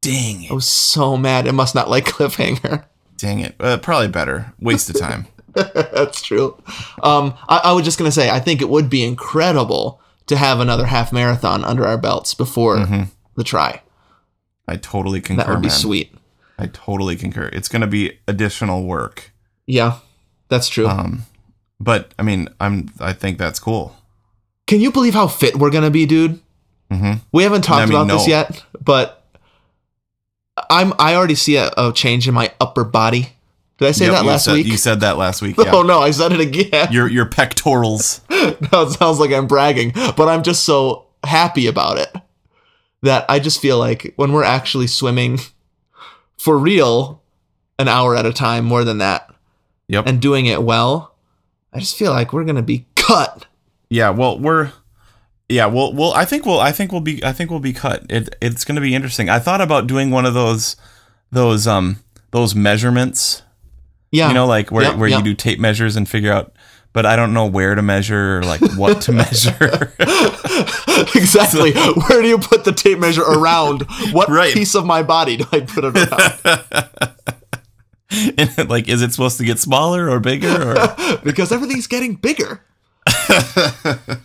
Dang
I
it.
was so mad. It must not like cliffhanger.
Dang it. Uh, probably better. Waste of time.
That's true. Um, I, I was just gonna say, I think it would be incredible to have another half marathon under our belts before the try.
I totally concur.
That would be
Mm-hmm. man.
sweet.
I totally concur. It's going to be additional work,
Yeah, that's true.
Um, but I mean, I'm I think that's cool.
Can you believe how fit we're gonna be, dude? We haven't talked
Mm-hmm. I mean,
about this
no.
yet, but I'm I already see a, a change in my upper body. Did I say
Yep,
that
you
last
said-
week?
You said that last week.
Oh
Yeah.
no, I said it again.
Your your pectorals.
that sounds like I'm bragging, but I'm just so happy about it that I just feel like when we're actually swimming for real an hour at a time, more than that,
Yep.
and doing it well, I just feel like we're gonna be cut.
yeah. Well, we're. Yeah, well, well, I think we'll, I think we'll be, I think we'll be cut. It, it's going to be interesting. I thought about doing one of those, those, um, those measurements
Yeah,
you know like where,
Yep,
where
yep.
you do tape measures and figure out but i don't know where to measure or like what to measure
exactly. Where do you put the tape measure around? What
Right.
piece of my body do I put it around?
and like is it supposed to get smaller or bigger or
because everything's getting bigger.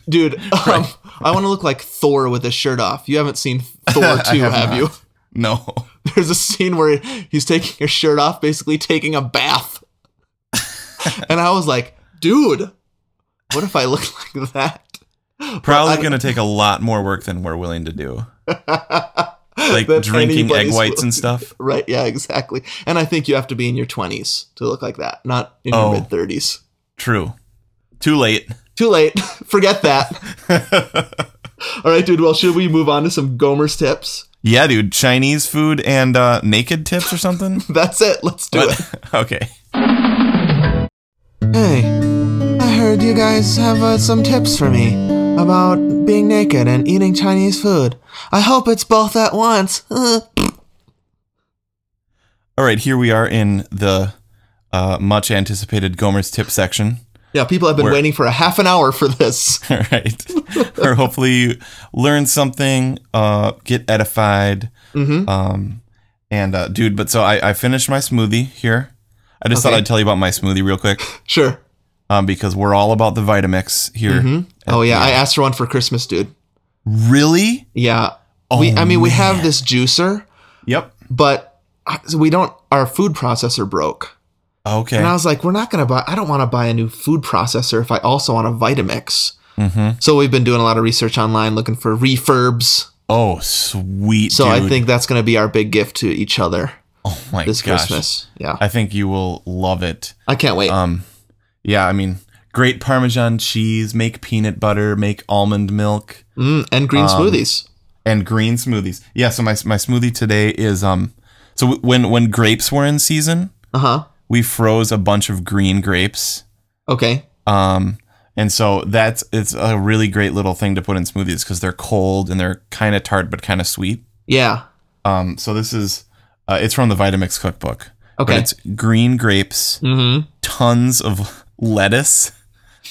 Dude, um, I want to look like Thor with his shirt off. You haven't seen Thor 2, have,
have not.
you?
no
There's a scene where he's taking his shirt off, basically taking a bath. and I was like, dude, what if I look like that?
probably going to take a lot more work than we're willing to do like
Than
drinking egg
anybody's
whites
willing
and
to
stuff
Right? Yeah, exactly. And I think you have to be in your 20s to look like that, not in your
Oh.
mid 30s.
true too late
Too late. Forget that. All right, dude. Well, should we move on to some Gomer's tips?
yeah dude chinese food and uh, naked tips or something
That's it. Let's do it.
okay
Hey, I heard you guys have uh, some tips for me about being naked and eating Chinese food. I hope it's both at once.
all right here we are in the uh, much anticipated gomer's tip section
yeah, people have been
Where-
waiting for a half an hour for this.
All right. or hopefully you learn something, uh, get
Mm-hmm.
edified. Um, and uh, dude, but so I, I finished my smoothie here. I just
Okay.
thought I'd tell you about my smoothie real quick
Sure.
um, because we're all about the Vitamix here.
Oh yeah, I asked for one for Christmas, dude.
Really?
Yeah.
Oh,
we, I mean, we have this juicer,
Yep.
but I- so we don't. Our food processor broke,
Okay.
and I was like, we're not gonna buy. I don't want to buy a new food processor if I also want a Vitamix.
Mm-hmm.
So we've been doing a lot of research online looking for refurbs.
oh, sweet.
So I
dude.
think that's gonna be our big gift to each other
Oh my
this
gosh.
Christmas. Yeah, I,
I think you will love it.
can't wait.
Um, yeah, I mean, great Parmesan cheese, make peanut butter, make almond milk,
mm, and
um,
green smoothies.
and green smoothies. Yeah, so my my smoothie today is um, so w- when when grapes were in season,
Uh huh.
we froze a bunch of green grapes.
Okay.
Um, and so that's it's a really great little thing to put in smoothies because they're cold and they're kind of tart but kind of sweet.
Yeah.
Um, so this is uh, it's from the Vitamix cookbook. But
Okay.
it's green grapes,
Mm-hmm.
tons of lettuce.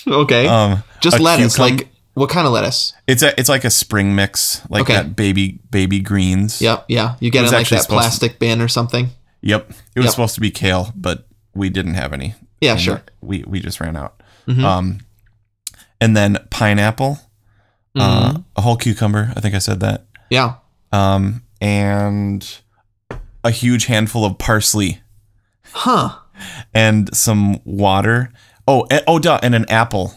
Okay.
Um,
Just
a
lettuce.
cucum-
Like what kind of lettuce?
it's a it's like a spring mix, like
Okay.
that baby baby greens.
Yep. Yeah. You get
was
in like
actually
that
supposed to-
plastic bin or something.
Yep. It was
Yep.
supposed to be kale, but we didn't have any.
Yeah.
And
Sure. Mm-hmm.
We we just ran out. Um, and then pineapple,
Mm-hmm.
uh, a whole cucumber. I think I said that.
Yeah.
um, and a huge handful of parsley
Huh.
and some water. Oh, and, oh, duh, and an apple,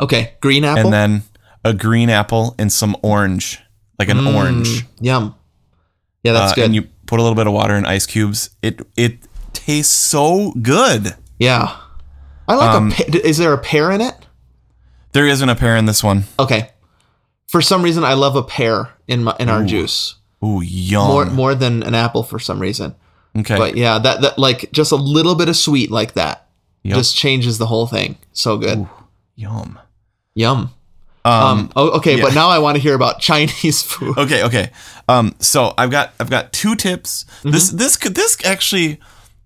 Okay. Green apple.
and then a green apple and some orange, like an orange.
Yum. Yeah,
Uh,
Mm, that's good.
And you put a little bit of water and ice cubes. It it tastes so good.
yeah. I like
Um,
a. Pa- d- is there a pear in it?
There isn't a pear in this one.
Okay. For some reason, I love a pear in my in our juice
Ooh, yum.
more more than an apple for some reason.
okay.
But yeah, that that like just a little bit of sweet like that
Yep.
just changes the whole thing. So good.
yum.
Yum.
Um,
Um. Oh, okay, but
yeah.
now I want to hear about Chinese food.
Okay, okay. Um, so I've got I've got two tips.
Mm-hmm.
This this could this actually,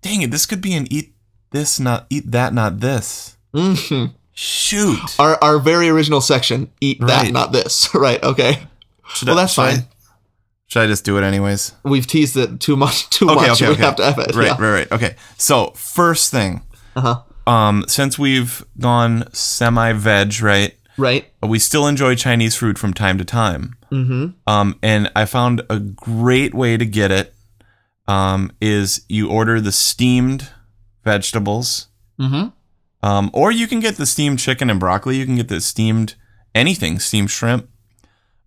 dang it, this could be an eat this not eat that not this.
Mhm.
Shoot.
Our our very original section. Eat that,
Right.
not this. right. Okay.
Should
Well,
I-
that's
should I-
fine.
should I just do it anyways?
We've teased it too much. Too
Okay,
much.
okay,
we
okay.
have to have it.
Right,
yeah.
right, right. Okay. So first thing,
Uh-huh.
um, since we've gone semi veg, right?
Right.
We still enjoy Chinese food from time to time.
Mm-hmm.
Um, and I found a great way to get it. Um, is you order the steamed vegetables.
Mm-hmm.
Um, or you can get the steamed chicken and broccoli. You can get the steamed anything, steamed shrimp.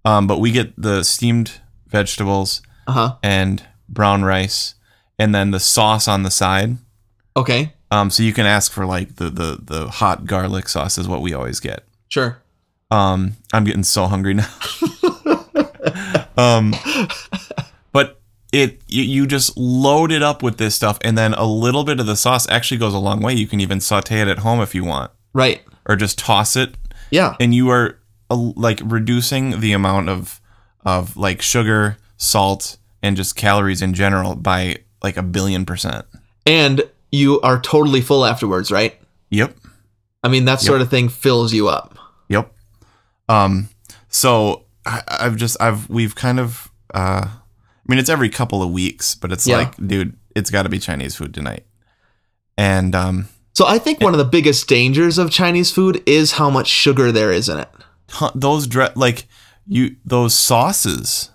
Um, but we get the steamed vegetables
Uh huh.
and brown rice, and then the sauce on the side.
Okay.
Um, so you can ask for like the the the hot garlic sauce is what we always get.
Sure.
Um, I'm getting so hungry now. um, but it you, you just load it up with this stuff, and then a little bit of the sauce actually goes a long way. You can even saute it at home if you want,
Right.
or just toss it
Yeah.
and you are uh, like reducing the amount of of like sugar, salt, and just calories in general by like a billion percent.
And you are totally full afterwards, right?
Yep.
I mean, that sort of thing fills you up.
Yep. Um. So I, I've just I've we've kind of uh. I mean, it's every couple of weeks, but it's
Yeah.
like, dude, it's got to be Chinese food tonight. And um,
So I think one of the biggest dangers of Chinese food is how much sugar there is in it.
ton- those dre- like you those sauces.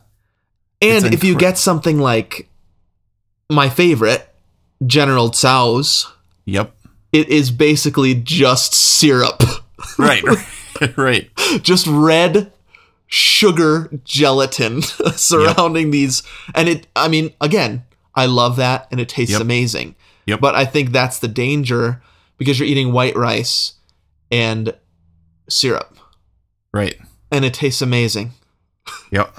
And
It's
if you
incre-
get something like my favorite, General Tso's,
Yep.
it is basically just syrup,
Right. right.
just red sugar gelatin surrounding these. And it, I mean, again, I love that and it tastes
Yep.
amazing.
Yep.
But I think that's the danger because you're eating white rice and syrup
Right.
and it tastes amazing.
Yep.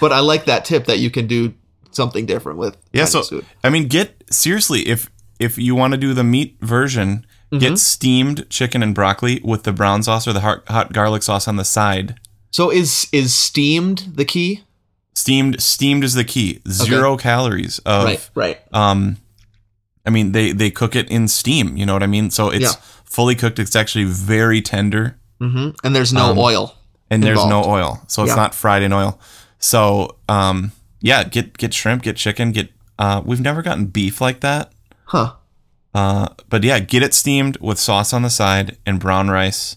But I like that tip that you can do something different with
Yeah,
Chinese
so
food.
I mean, get seriously if if you want to do the meat version,
Mm-hmm.
get steamed chicken and broccoli with the brown sauce or the hot, hot garlic sauce on the side.
So is is steamed the key?
Steamed steamed is the key. Zero calories of
Right, right.
um I mean they they cook it in steam, you know what I mean? So it's
Yeah.
fully cooked. It's actually very tender
hmm And there's
Um,
no oil.
and there's
Involved.
no oil. So it's
Yeah.
not fried in oil. So um yeah, get get shrimp, get chicken, get uh we've never gotten beef like that.
Huh.
Uh, but yeah, get it steamed with sauce on the side and brown rice.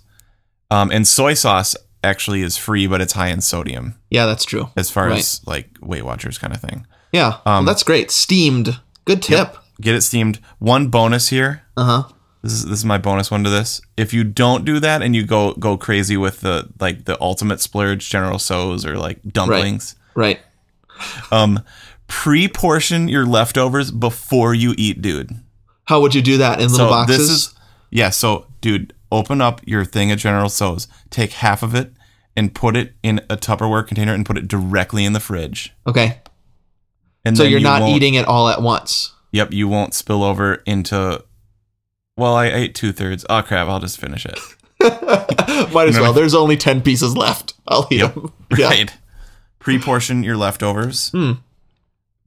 Um, and soy sauce actually is free, but it's high in sodium
Yeah, that's true.
as far
Right.
as like Weight Watchers kind of thing.
Yeah, well,
um,
that's great. Steamed. Good tip.
Get it steamed. One bonus here.
Uh huh.
This is this is my bonus one to this. If you don't do that and you go go crazy with the like the ultimate splurge, General So's or like dumplings,
Right.
um, pre-portion your leftovers before you eat, dude.
How would you do that in little boxes?
This is, yeah, so dude, open up your thing at General So's, take half of it and put it in a Tupperware container and put it directly in the fridge.
okay.
And
So
then
you're
you
not
won't-
eating it all at once.
Yep, you won't spill over into. Well, I ate two thirds. Oh crap! I'll just finish it.
Might as
No.
well. There's only 10 pieces left. I'll eat
Yep.
them. Yeah. Hmm.
Right. Pre-portion your leftovers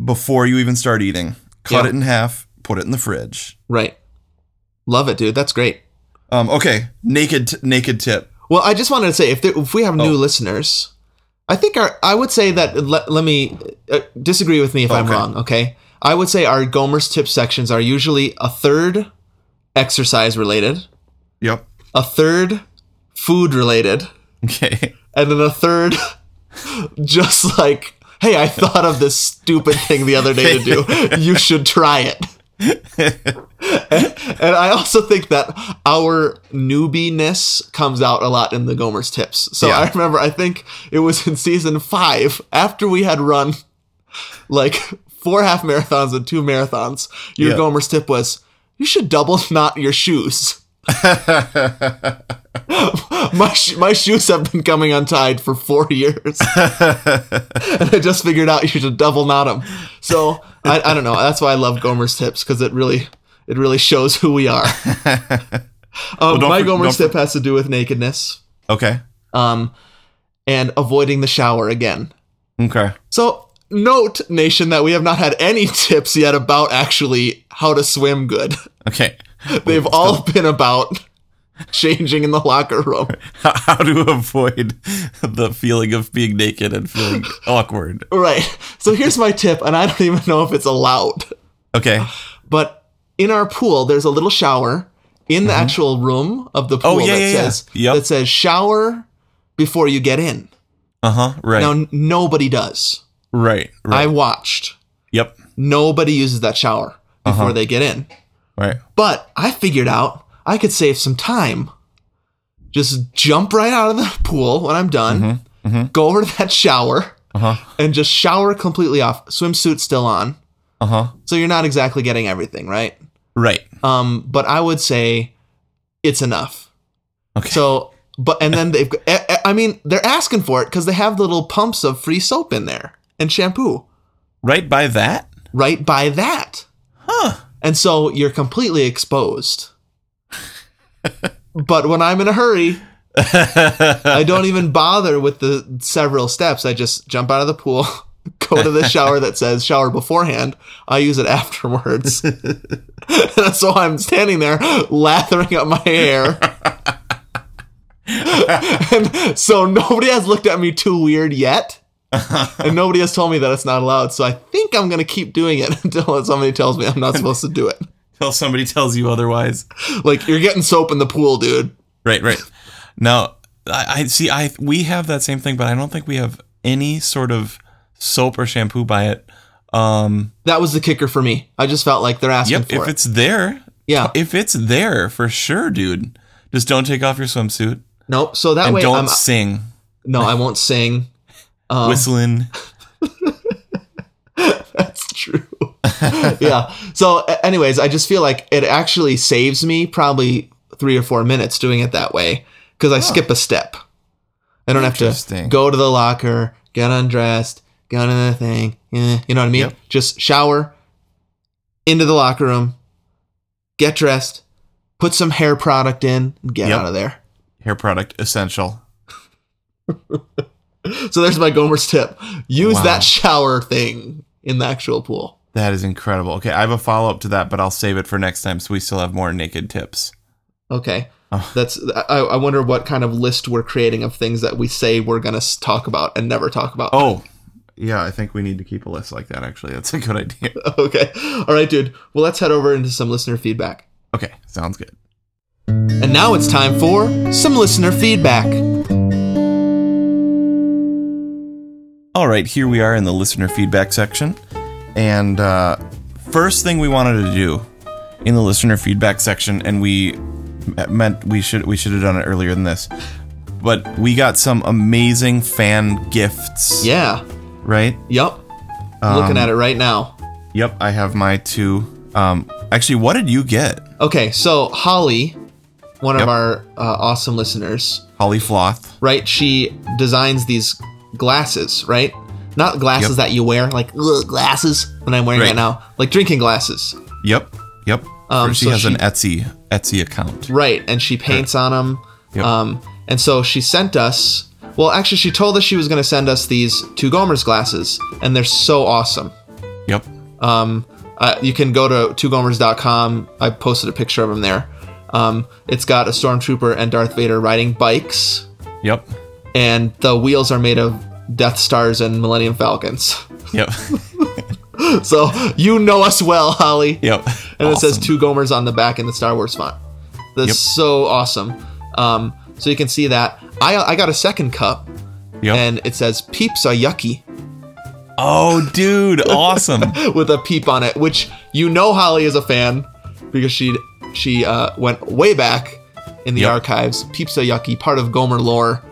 before you even start eating. Cut
Yeah.
it in half. Put it in the fridge.
Right. Love it, dude. That's great.
Um. Okay. Naked. T- naked tip.
Well, I just wanted to say if, there, if we have new listeners, I think our I would say that let, let me uh, disagree with me if I'm
Okay.
wrong, okay? I would say our Gomer's tip sections are usually a third exercise related,
Yep.
a third food related,
Okay.
and then a third just like hey i thought of this stupid thing the other day to do you should try it and, and i also think that our newbiness comes out a lot in the gomer's tips so
Yeah.
i remember i think it was in season five after we had run like four half marathons and two marathons your
Yeah.
gomer's tip was you should double knot your shoes my sh- my shoes have been coming untied for four years, and I just figured out you should double knot them. So I, I don't know. That's why I love Gomer's tips because it really it really shows who we are. Um,
don't
my
for-
Gomer's
don't
tip has to do with nakedness
Okay.
um, and avoiding the shower again.
Okay.
So note, nation, that we have not had any tips yet about actually how to swim good.
Okay.
They've all been about changing in the locker room.
How, how to avoid the feeling of being naked and feeling awkward.
Right. So here's my tip, and I don't even know if it's allowed.
Okay.
But in our pool, there's a little shower in the actual room of the pool
Mm-hmm. Oh, yeah,
that
yeah, yeah.
says
Yep.
that says shower before you get in.
Uh huh. Right.
Now n- nobody does.
right. Right.
I watched.
yep.
Nobody uses that shower before
Uh-huh.
they get in.
Right.
But I figured out I could save some time. Just jump right out of the pool when I'm done.
Mm-hmm.
Go over to that shower
Uh-huh.
and just shower completely off. Swimsuit still on.
Uh huh.
So you're not exactly getting everything, right?
Right.
Um, but I would say it's enough.
Okay.
So, but and then they've, I I mean, they're asking for it because they have little pumps of free soap in there and shampoo
right by that.
right by that.
Huh.
And so you're completely exposed. but when I'm in a hurry, I don't even bother with the several steps. I just jump out of the pool, go to the shower that says shower beforehand. I use it afterwards. And so I'm standing there lathering up my hair. and so nobody has looked at me too weird yet. and nobody has told me that it's not allowed. So I think I'm going to keep doing it until somebody tells me I'm not supposed to do it.
Till somebody tells you otherwise.
Like, you're getting soap in the pool, dude.
Right. Right. Now I, I see. I we have that same thing, but I don't think we have any sort of soap or shampoo by it. Um.
That was the kicker for me. I just felt like they're asking
Yep.
for
If
it.
it's there.
Yeah.
If it's there for sure, dude. Just don't take off your swimsuit
Nope. So that
and
way,
don't
Oh, I'm,
sing.
no, I won't sing. Um,
Whistling.
That's true. yeah. So, a- anyways, I just feel like it actually saves me probably three or four minutes doing it that way because I skip a step. I don't have to
Interesting.
go to the locker, get undressed, go to the thing. eh, You know what I mean?
Yep.
Just shower, into the locker room, get dressed, put some hair product in, and get
Yep.
out of there.
Hair product essential.
So, there's my Gomer's tip use
Wow.
that shower thing in the actual pool.
That is incredible. Okay, I have a follow up to that, but I'll save it for next time. So we still have more naked tips.
Okay. That's I, I wonder what kind of list we're creating of things that we say we're gonna s- talk about and never talk about.
Oh, yeah, I think we need to keep a list like that. Actually, that's a good idea.
Okay. All right, dude. Well, let's head over into some listener feedback.
Okay, sounds good.
And now it's time for some listener feedback.
All right, here we are in the listener feedback section. And uh, first thing we wanted to do in the listener feedback section, and we m- meant we should we should have done it earlier than this, but we got some amazing fan gifts.
Yeah.
Right.
Yup.
Um,
Looking at it right now.
Yep. I have my two. Um, actually, what did you get?
Okay, so Holly, one
Yep.
of our uh, awesome listeners,
Holly Floth.
right? She designs these glasses, right? Not glasses
Yep.
that you wear, like ugh, glasses that I'm wearing right.
Right.
now, like drinking glasses,
Yep. Yep.
Um,
she
so
has an
she-
Etsy Etsy account.
right? And she paints on 'em. on them.
Yep.
Um, and so she sent us. Well, actually, she told us she was going to send us these two Gomers glasses, and they're so awesome.
Yep.
Um, uh, you can go to twogomers.com. I posted a picture of them there. Um, it's got a stormtrooper and Darth Vader riding bikes,
Yep.
and the wheels are made of Death Stars and Millennium Falcons.
Yep.
So you know us well, Holly.
yep.
And it says
Awesome.
two Gomers on the back in the Star Wars font. That's
Yep.
so awesome. Um, so you can see that. I I got a second cup,
Oh, Yep.
and it says "Peeps are yucky"
oh, dude! Awesome.
with a peep on it, which you know Holly is a fan because she she uh, went way back in the
Yep.
archives. Peeps are yucky, part of Gomer lore,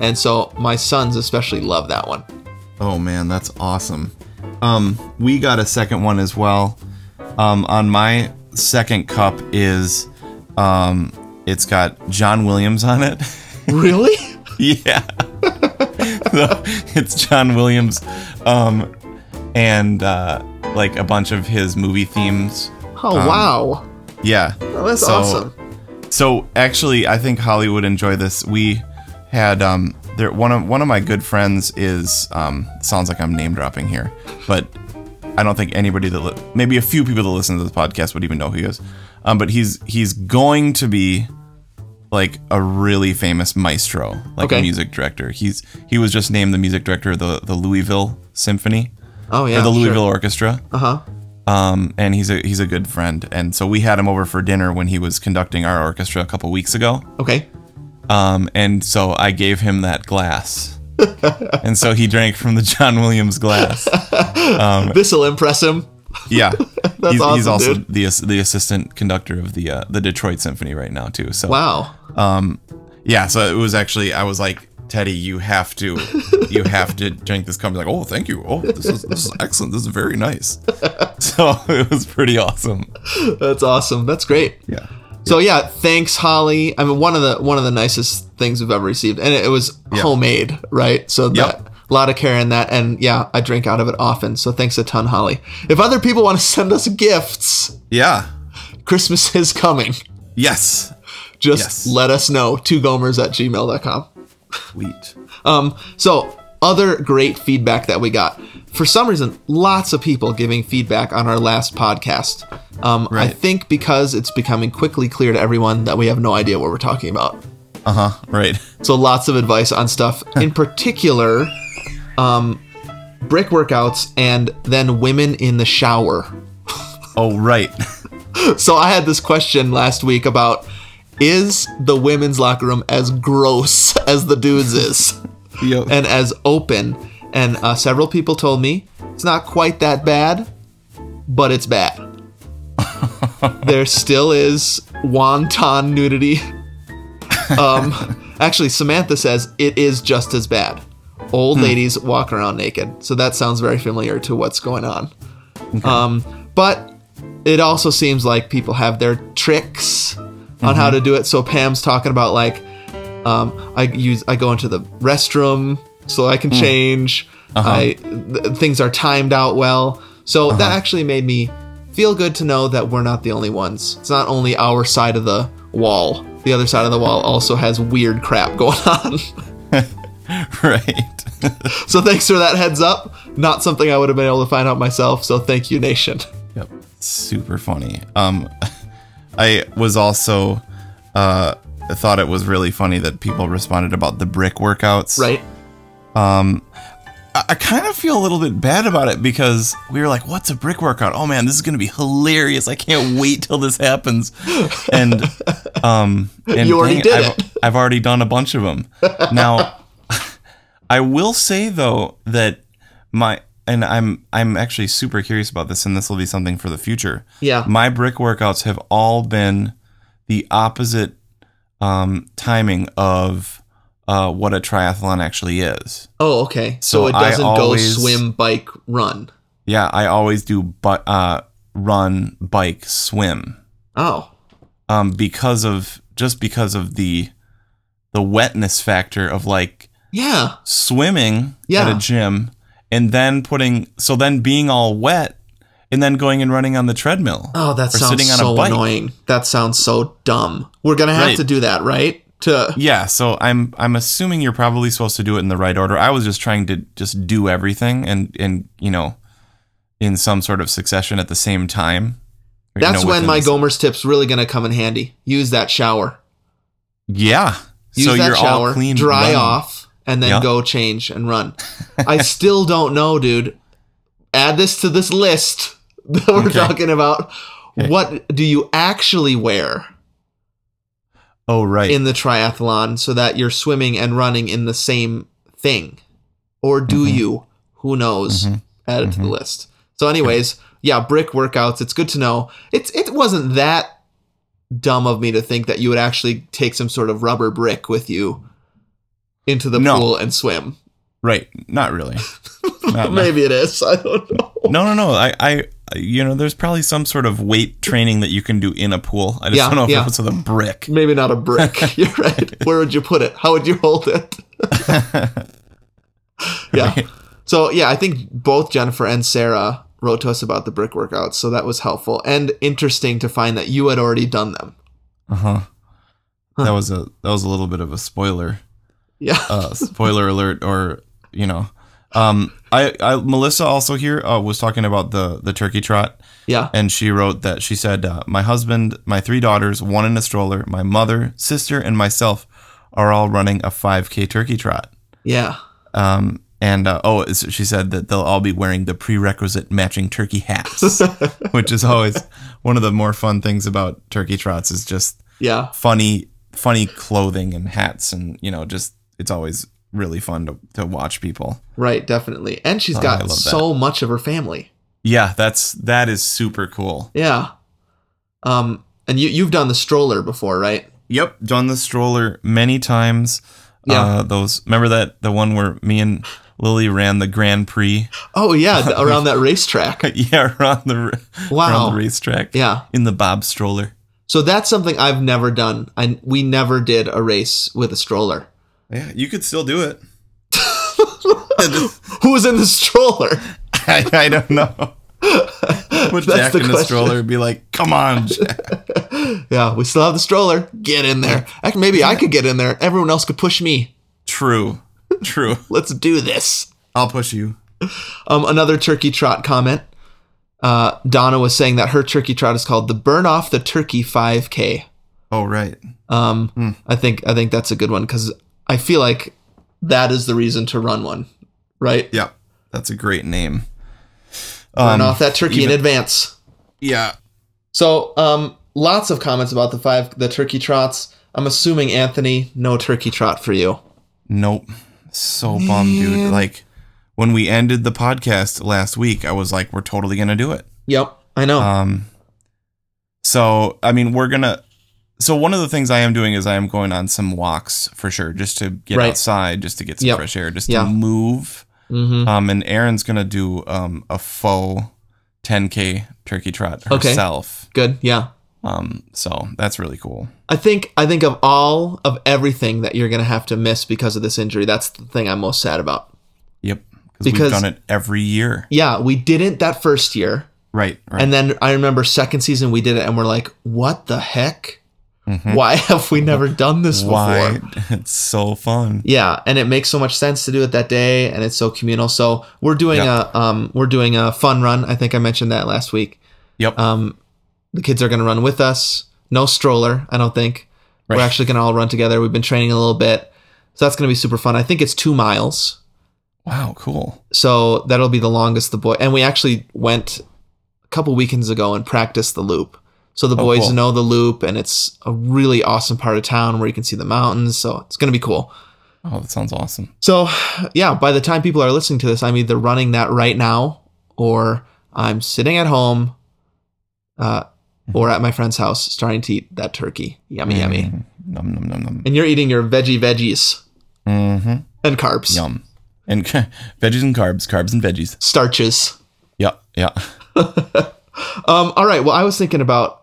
and so my sons especially love that one.
Oh man, that's awesome. Um, we got a second one as well. Um, on my second cup is, um, it's got John Williams on it.
Really?
yeah, So, it's John Williams, um, and uh, like a bunch of his movie themes.
Oh wow,
Yeah,
Oh, that's
Um, So,
awesome.
So actually, I think Holly would enjoy this. We had um, there one of one of my good friends is um, sounds like I'm name dropping here, but I don't think anybody that li- maybe a few people that listen to this podcast would even know who he is. Um, but he's he's going to be like a really famous maestro, like
Okay.
a music director. He's he was just named the music director of the the Louisville Symphony
Oh yeah,
or
sure.
the Louisville Orchestra. Uh
Uh-huh.
Um, and he's a he's a good friend, and so we had him over for dinner when he was conducting our orchestra a couple weeks ago.
Okay.
Um, and so I gave him that glass, and so he drank from the John Williams glass.
This'll impress him.
Yeah,
That's
he's, he's
awesome,
also
dude.
the ass- the assistant conductor of the uh, the Detroit Symphony right now too. So
Wow.
yeah, so it was actually I was like. Teddy, you have to, you have to drink this cup. He's Like, oh, thank you. Oh, this is this is excellent. This is very nice. So it was pretty awesome.
That's awesome. That's great.
Yeah.
So yeah, thanks Holly. I mean one of the one of the nicest things we've ever received. And it, it was
Yeah.
homemade, right? So
Yep.
that a lot of care in that and yeah, I drink out of it often. So thanks a ton, Holly. If other people want to send us gifts,
Yeah.
Christmas is coming.
Yes.
Just
Yes.
let us know. Two gomers at gmail.com.
Sweet.
Um, so other great feedback that we got. For some reason, lots of people giving feedback on our last podcast. Um, I
Right.
think because it's becoming quickly clear to everyone that we have no idea what we're talking about.
Uh huh. Right.
So lots of advice on stuff. In particular, um, brick workouts and then women in the shower.
Oh, right.
So I had this question last week about is the women's locker room as gross as the dudes is?
yep.
and as open. And uh, several people told me it's not quite that bad, but it's bad. there still is wonton nudity. Um, actually, Samantha says it is just as bad. Old ladies walk around naked. So that sounds very familiar to what's going on. Um, but it also seems like people have their tricks on how to do it. So Pam's talking about like um, I use I go into the restroom so I can
Hmm.
change.
Uh-huh.
I th- things are timed out well. So that
Uh-huh.
actually made me feel good to know that we're not the only ones. It's not only our side of the wall. The other side of the wall also has weird crap going on.
right.
so thanks for that heads up. Not something I would have been able to find out myself. So thank you, nation.
yep. Super funny. Um, I was also uh thought it was really funny that people responded about the brick workouts.
Right?
I, I kind of feel a little bit bad about it because we were like, "What's a brick workout? Oh man, this is gonna be hilarious! I can't wait till this happens." And um, and
You already
dang
did
I've,
it.
I've already done a bunch of them. Now, I will say though that my and I'm I'm actually super curious about this, and this will be something for the future.
Yeah.
my brick workouts have all been the opposite um, timing of uh, what a triathlon actually is.
Oh, okay. So,
So
it
I
doesn't
always-
go swim, bike, run.
Yeah, I always do but uh, run, bike, swim
Oh,
um, because of just because of the the wetness factor of like
yeah.
swimming at
Yeah.
a gym and then putting so then being all wet and then going and running on the treadmill.
Oh, that
Or
sounds
sitting on a
so
bike.
annoying. That sounds so dumb. We're gonna have
Right.
to do that, right? To
Yeah, so I'm I'm assuming you're probably supposed to do it in the right order. I was just trying to just do everything and and you know in some sort of succession at the same time. Or, you
that's
know,
when
within
my
the s-
Gomer's tip's really gonna come in handy. Use that shower.
Yeah.
Use
so
that
you're
shower,
all clean,
dry
running.
off, and then
Yeah.
go change and run. I still don't know, dude. Add this to this list that we're
Okay.
talking about. What do you actually wear
Oh right.
in the triathlon so that you're swimming and running in the same thing? Or do
Mm-hmm.
you? Who knows? Add it to the list. So, anyways, yeah, brick workouts. It's good to know. It's it wasn't that dumb of me to think that you would actually take some sort of rubber brick with you into the
No.
pool and swim.
right. Not really. Not- not-
Maybe it is. I don't know.
No, no, no. I, I, you know, there's probably some sort of weight training that you can do in a pool. I just
Yeah,
don't know if
yeah.
it was with a brick.
Maybe not a brick. You're right. Where would you put it? How would you hold it? yeah. So yeah, I think both Jennifer and Sarah wrote to us about the brick workouts, so that was helpful and interesting to find that you had already done them.
That was a that was a little bit of a spoiler.
Yeah.
Uh, spoiler alert, or you know, um, I, I Melissa also here uh, was talking about the the turkey trot,
yeah.
and she wrote that she said, uh, "My husband, my three daughters, one in a stroller, my mother, sister, and myself are all running a 5K turkey trot."
Yeah.
Um, and uh, oh, it's- she said that they'll all be wearing the prerequisite matching turkey hats, which is always one of the more fun things about turkey trots is just
Yeah.
funny, funny clothing and hats, and you know, just it's always really fun to, to watch people.
Right, definitely. And she's
Oh, I
got
love
so much of her family.
Yeah, that's that is super cool.
Yeah. Um and you you've done the stroller before, right?
Yep, done the stroller many times.
Yeah.
Uh, those remember that the one where me and Lily ran the Grand Prix.
Oh yeah, th- around that racetrack.
yeah, around the
Wow.
around the racetrack.
Yeah.
in the bob stroller.
So that's something I've never done. I we never did a race with a stroller.
Yeah, you could still do it.
Who was in the stroller?
I, I don't know. Put Jack
the
in the
question.
stroller and be like, "Come on, Jack."
Yeah, we still have the stroller. Get in there. Heck, maybe I could get in there. Everyone else could push me.
true, true.
Let's do this.
I'll push you."
Um, another turkey trot comment. Uh, Donna was saying that her turkey trot is called the Burn Off the Turkey 5K.
Oh right,
Um, I think I think that's a good one because I feel like that is the reason to run one, right?
yeah, that's a great name.
Burn
Um,
off that turkey in
even-
advance.
Yeah,
So, um, lots of comments about the five the turkey trots. I'm assuming Anthony, no turkey trot for you.
Nope. So bummed, dude. Like when we ended the podcast last week, I was like, we're totally gonna do it.
Yep, I know.
Um so I mean we're gonna so one of the things I am doing is I am going on some walks for sure, just to get
Right.
outside, just to get some
Yep.
fresh air, just
Yeah.
to move.
hmm
Um and Erin's gonna do um a faux 10k turkey trot
Okay.
herself.
Good. Yeah,
Um so that's really cool.
I think I think of all of everything that you're gonna have to miss because of this injury. That's the thing I'm most sad about.
Yep. Because
Because-
we've done it every year.
Yeah, we didn't that first year,
Right, right.
and then I remember second season we did it, and we're like, what the heck? Why have we never done this before?
Mm-hmm. why it's so fun.
Yeah, and it makes so much sense to do it that day, and it's so communal. So we're doing
Yeah.
a um, we're doing a fun run. I think I mentioned that last week.
Yep.
Um, the kids are going to run with us. No stroller, I don't think. We're
Right.
actually going to all run together. We've been training a little bit, so that's going to be super fun. I think it's two miles,
Wow, cool.
So that'll be the longest the boy. And we actually went a couple weekends ago and practiced the loop. So the boys
Oh, cool.
know the loop, and it's a really awesome part of town where you can see the mountains. So it's going to be cool.
Oh, that sounds awesome.
So, yeah, by the time people are listening to this, I'm either running that right now or I'm sitting at home uh, or at my friend's house starting to eat that turkey. Yummy,
Mm-hmm.
yummy.
Num num num num.
And you're eating your veggie veggies
Mm-hmm.
and carbs,
Yum. And veggies and carbs, carbs and veggies.
starches.
Yeah, yeah.
Um, all right. Well, I was thinking about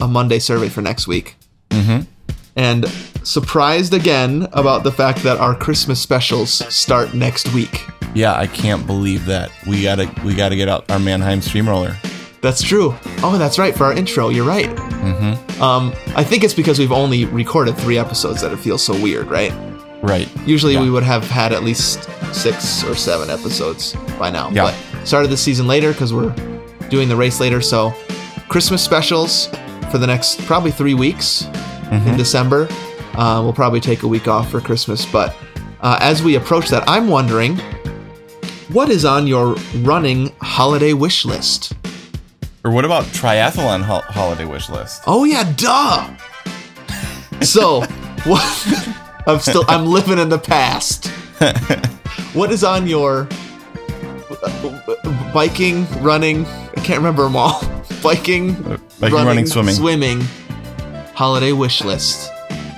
a Monday survey for next week. And surprised again about the fact that our Christmas specials start next week.
Yeah, I can't believe that. We gotta we gotta get out our Mannheim stream roller.
That's true. Oh, that's right. For our intro, you're right. Mm-hmm. Um, I think it's because we've only recorded three episodes that it feels so weird, right?
Right.
Usually
Yeah.
we would have had at least six or seven episodes by now.
Yeah.
But started the season later because we're doing the race later. So Christmas specials for the next probably three weeks
Mm-hmm.
in December. Uh, we'll probably take a week off for Christmas. But uh, as we approach that, I'm wondering what is on your running holiday wish list?
Or what about triathlon ho- holiday wish list?
Oh yeah, duh. So, what? I'm still I'm living in the past. What is on your uh, biking, running? I can't remember them all. Biking,
Uh, biking, running, swimming.
swimming, holiday wish list.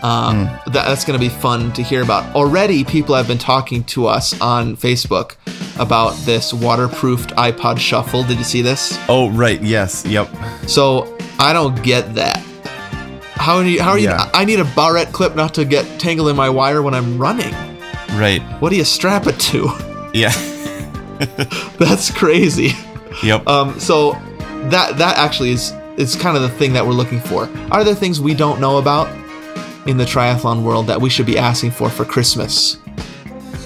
Um,
Hmm.
that, that's going to be fun to hear about. Already, people have been talking to us on Facebook about this waterproofed iPod Shuffle. Did you see this?
Oh right, yes, yep.
So I don't get that. How do you, how are you?
Yeah.
I need a barrette clip not to get tangled in my wire when I'm running.
Right.
What do you strap it to?
Yeah.
That's crazy.
Yep.
Um, so that that actually is is kind of the thing that we're looking for. Are there things we don't know about in the triathlon world that we should be asking for for Christmas?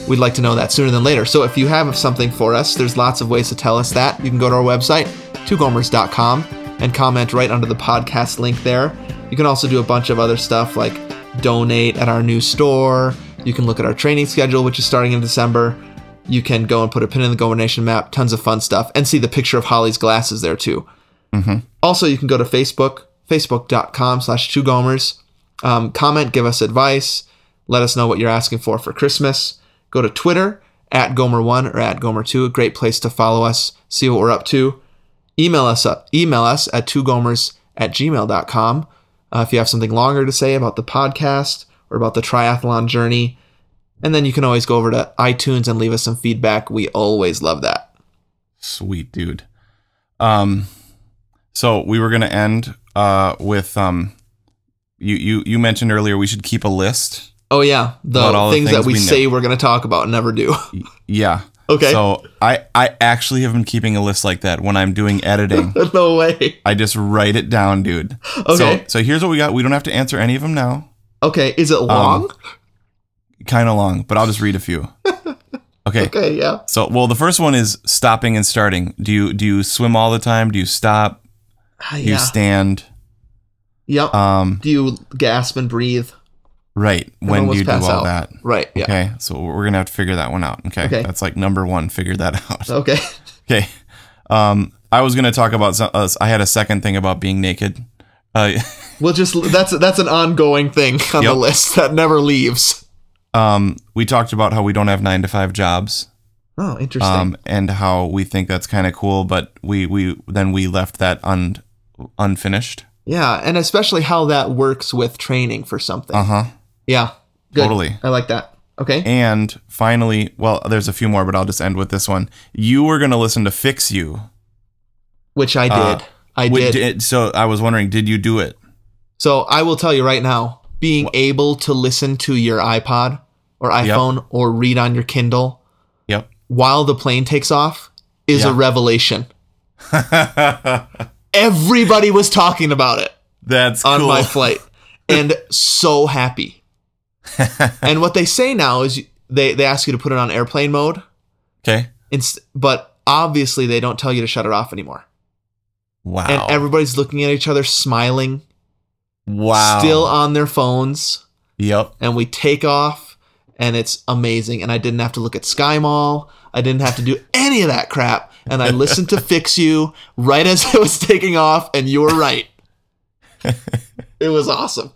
We'd like to know that sooner than later. So if you have something for us, there's lots of ways to tell us that. You can go to our website, twogomers.com, and comment right under the podcast link there. You can also do a bunch of other stuff like donate at our new store. You can look at our training schedule, which is starting in December. You can go and put a pin in the Gomer Nation map, tons of fun stuff, and see the picture of Holly's glasses there too. Also, you can go to Facebook, facebook.com slash two gomers. Um, comment, give us advice, let us know what you're asking for for Christmas. Go to Twitter, at Gomer1 or at Gomer2, a great place to follow us, see what we're up to. Email us up, email us at two gomers at gmail.com. Uh, if you have something longer to say about the podcast or about the triathlon journey, and then you can always go over to iTunes and leave us some feedback. We always love that.
Sweet dude. Um so we were gonna end uh with um you you you mentioned earlier we should keep a list.
Oh yeah, the
About all
things,
the
that
things
we,
we know.
say we're going to talk about and never do.
Yeah.
Okay.
So I I actually have been keeping a list like that when I'm doing editing.
no way.
I just write it down, dude.
Okay.
So so here's what we got. We don't have to answer any of them now.
Okay, is it
um,
long?
Kind of long, but I'll just read a few. Okay.
okay, yeah.
So well, the first one is stopping and starting. Do you do you swim all the time? Do you stop?
Ah,
Do
yeah.
you stand?
yep.
Um
do you gasp and breathe?
right. When do
Almost
you do
pass out.
all that?
Right. Yeah.
Okay, so we're gonna have to figure that one out. Okay,
Okay.
that's like number one. Figure that out.
Okay.
Okay, um, I was gonna talk about. Some, uh, I had a second thing about being naked. Uh,
We'll just that's that's an ongoing thing on the
Yep.
list that never leaves.
um, we talked about how we don't have nine to five jobs,
Oh, interesting.
um, and how we think that's kind of cool, but we we then we left that un unfinished.
yeah, and especially how that works with training for something.
Uh huh.
yeah. Good.
Totally.
I like that. Okay.
And finally, well, there's a few more, but I'll just end with this one. You were gonna listen to "Fix You."
Which I did.
uh,
I did.
Wait, did- So I was wondering, did you do it?
So I will tell you right now, being able to listen to your iPod or iPhone or read on your Kindle
Yep.
while the plane takes off is a
Yeah.
revelation. Everybody was talking about it
That's cool.
on my flight and so happy. and what they say now is you- they, they ask you to put it on airplane mode,
okay.
inst- but obviously they don't tell you to shut it off anymore.
Wow.
And everybody's looking at each other, smiling,
wow.
still on their phones.
Yep.
and we take off and it's amazing. And I didn't have to look at Sky Mall. I didn't have to do any of that crap. And I listened to Fix You right as it was taking off, and you were right. It was awesome.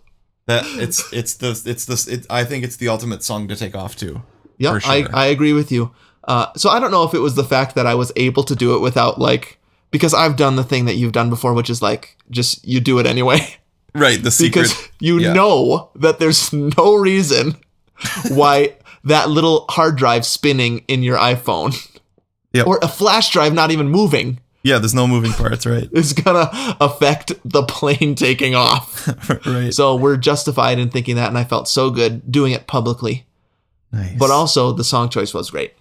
That it's it's the it's the it, I think it's the ultimate song to take off to.
Yep,
For sure.
I, I agree with you. Uh, so I don't know if it was the fact that I was able to do it without like because I've done the thing that you've done before, which is like just you do it anyway
Right, the secret.
because you
yeah.
know that there's no reason why that little hard drive spinning in your iPhone
Yep.
or a flash drive not even moving
Yeah, there's no moving parts, right?
is gonna affect the plane taking off.
right.
so we're justified in thinking that, and I felt so good doing it publicly.
Nice.
But also the song choice was great.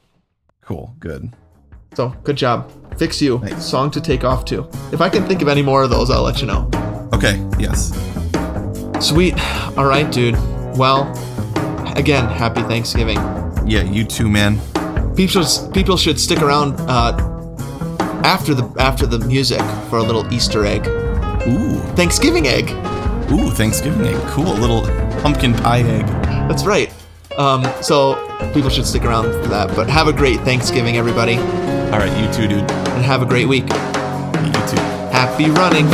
cool. Good.
So good job. Fix you.
Thanks.
Song to take off to. If I can think of any more of those, I'll let you know.
Okay. Yes.
Sweet. All right, dude. Well, again, happy Thanksgiving.
Yeah. You too, man.
People should, people should stick around uh, after the after the music for a little Easter egg,
Ooh.
Thanksgiving egg.
Ooh. Thanksgiving egg. Cool. Little pumpkin pie egg.
That's right. Um, so people should stick around for that. But have a great Thanksgiving, everybody, and
All right. You too, dude.
have a great week.
You too.
Happy running.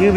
You've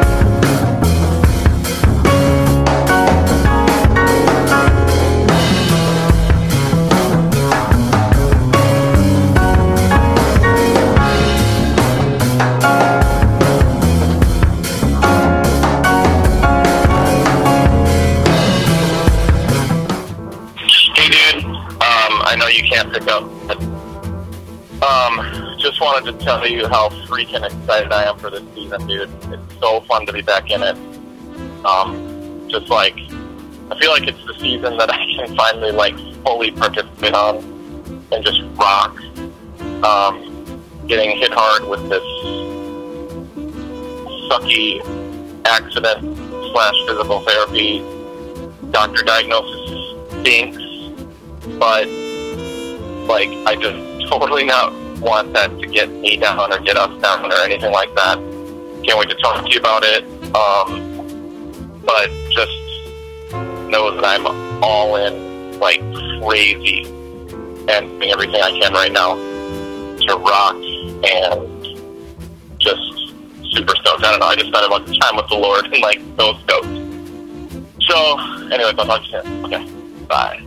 Hey, dude. Um, I know you can't pick up. but, Um, just wanted to tell you how freaking excited I am for this season, dude. It's so fun to be back in it. Um, just like I feel like it's the season that I can finally like fully participate on and just rock. Um, getting hit hard with this sucky accident slash physical therapy doctor diagnosis stinks, but like I just totally not want that to get me down or get us down or anything like that. Can't wait to talk to you about it. Um, but just know that I'm all in like crazy and doing everything I can right now to rock and just super stoked. I don't know. I just spent a bunch of time with the Lord and like so stoked. So, anyways, I'll talk to you soon. Okay, bye.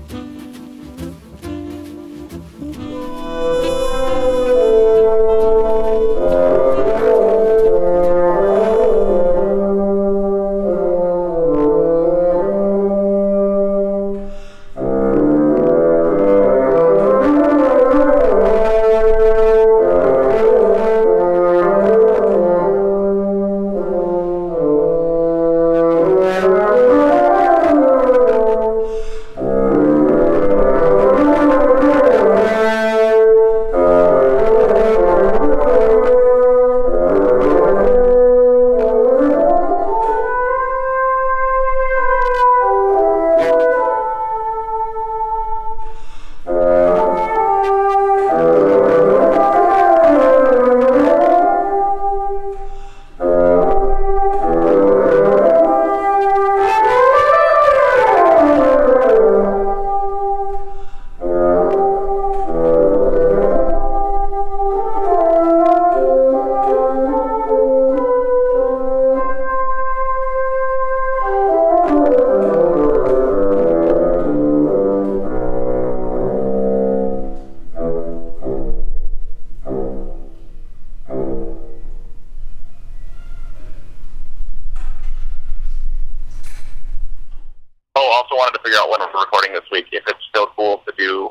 Oh, also wanted to figure out when we're recording this week. If it's still cool to do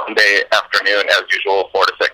Monday afternoon as usual, four to six.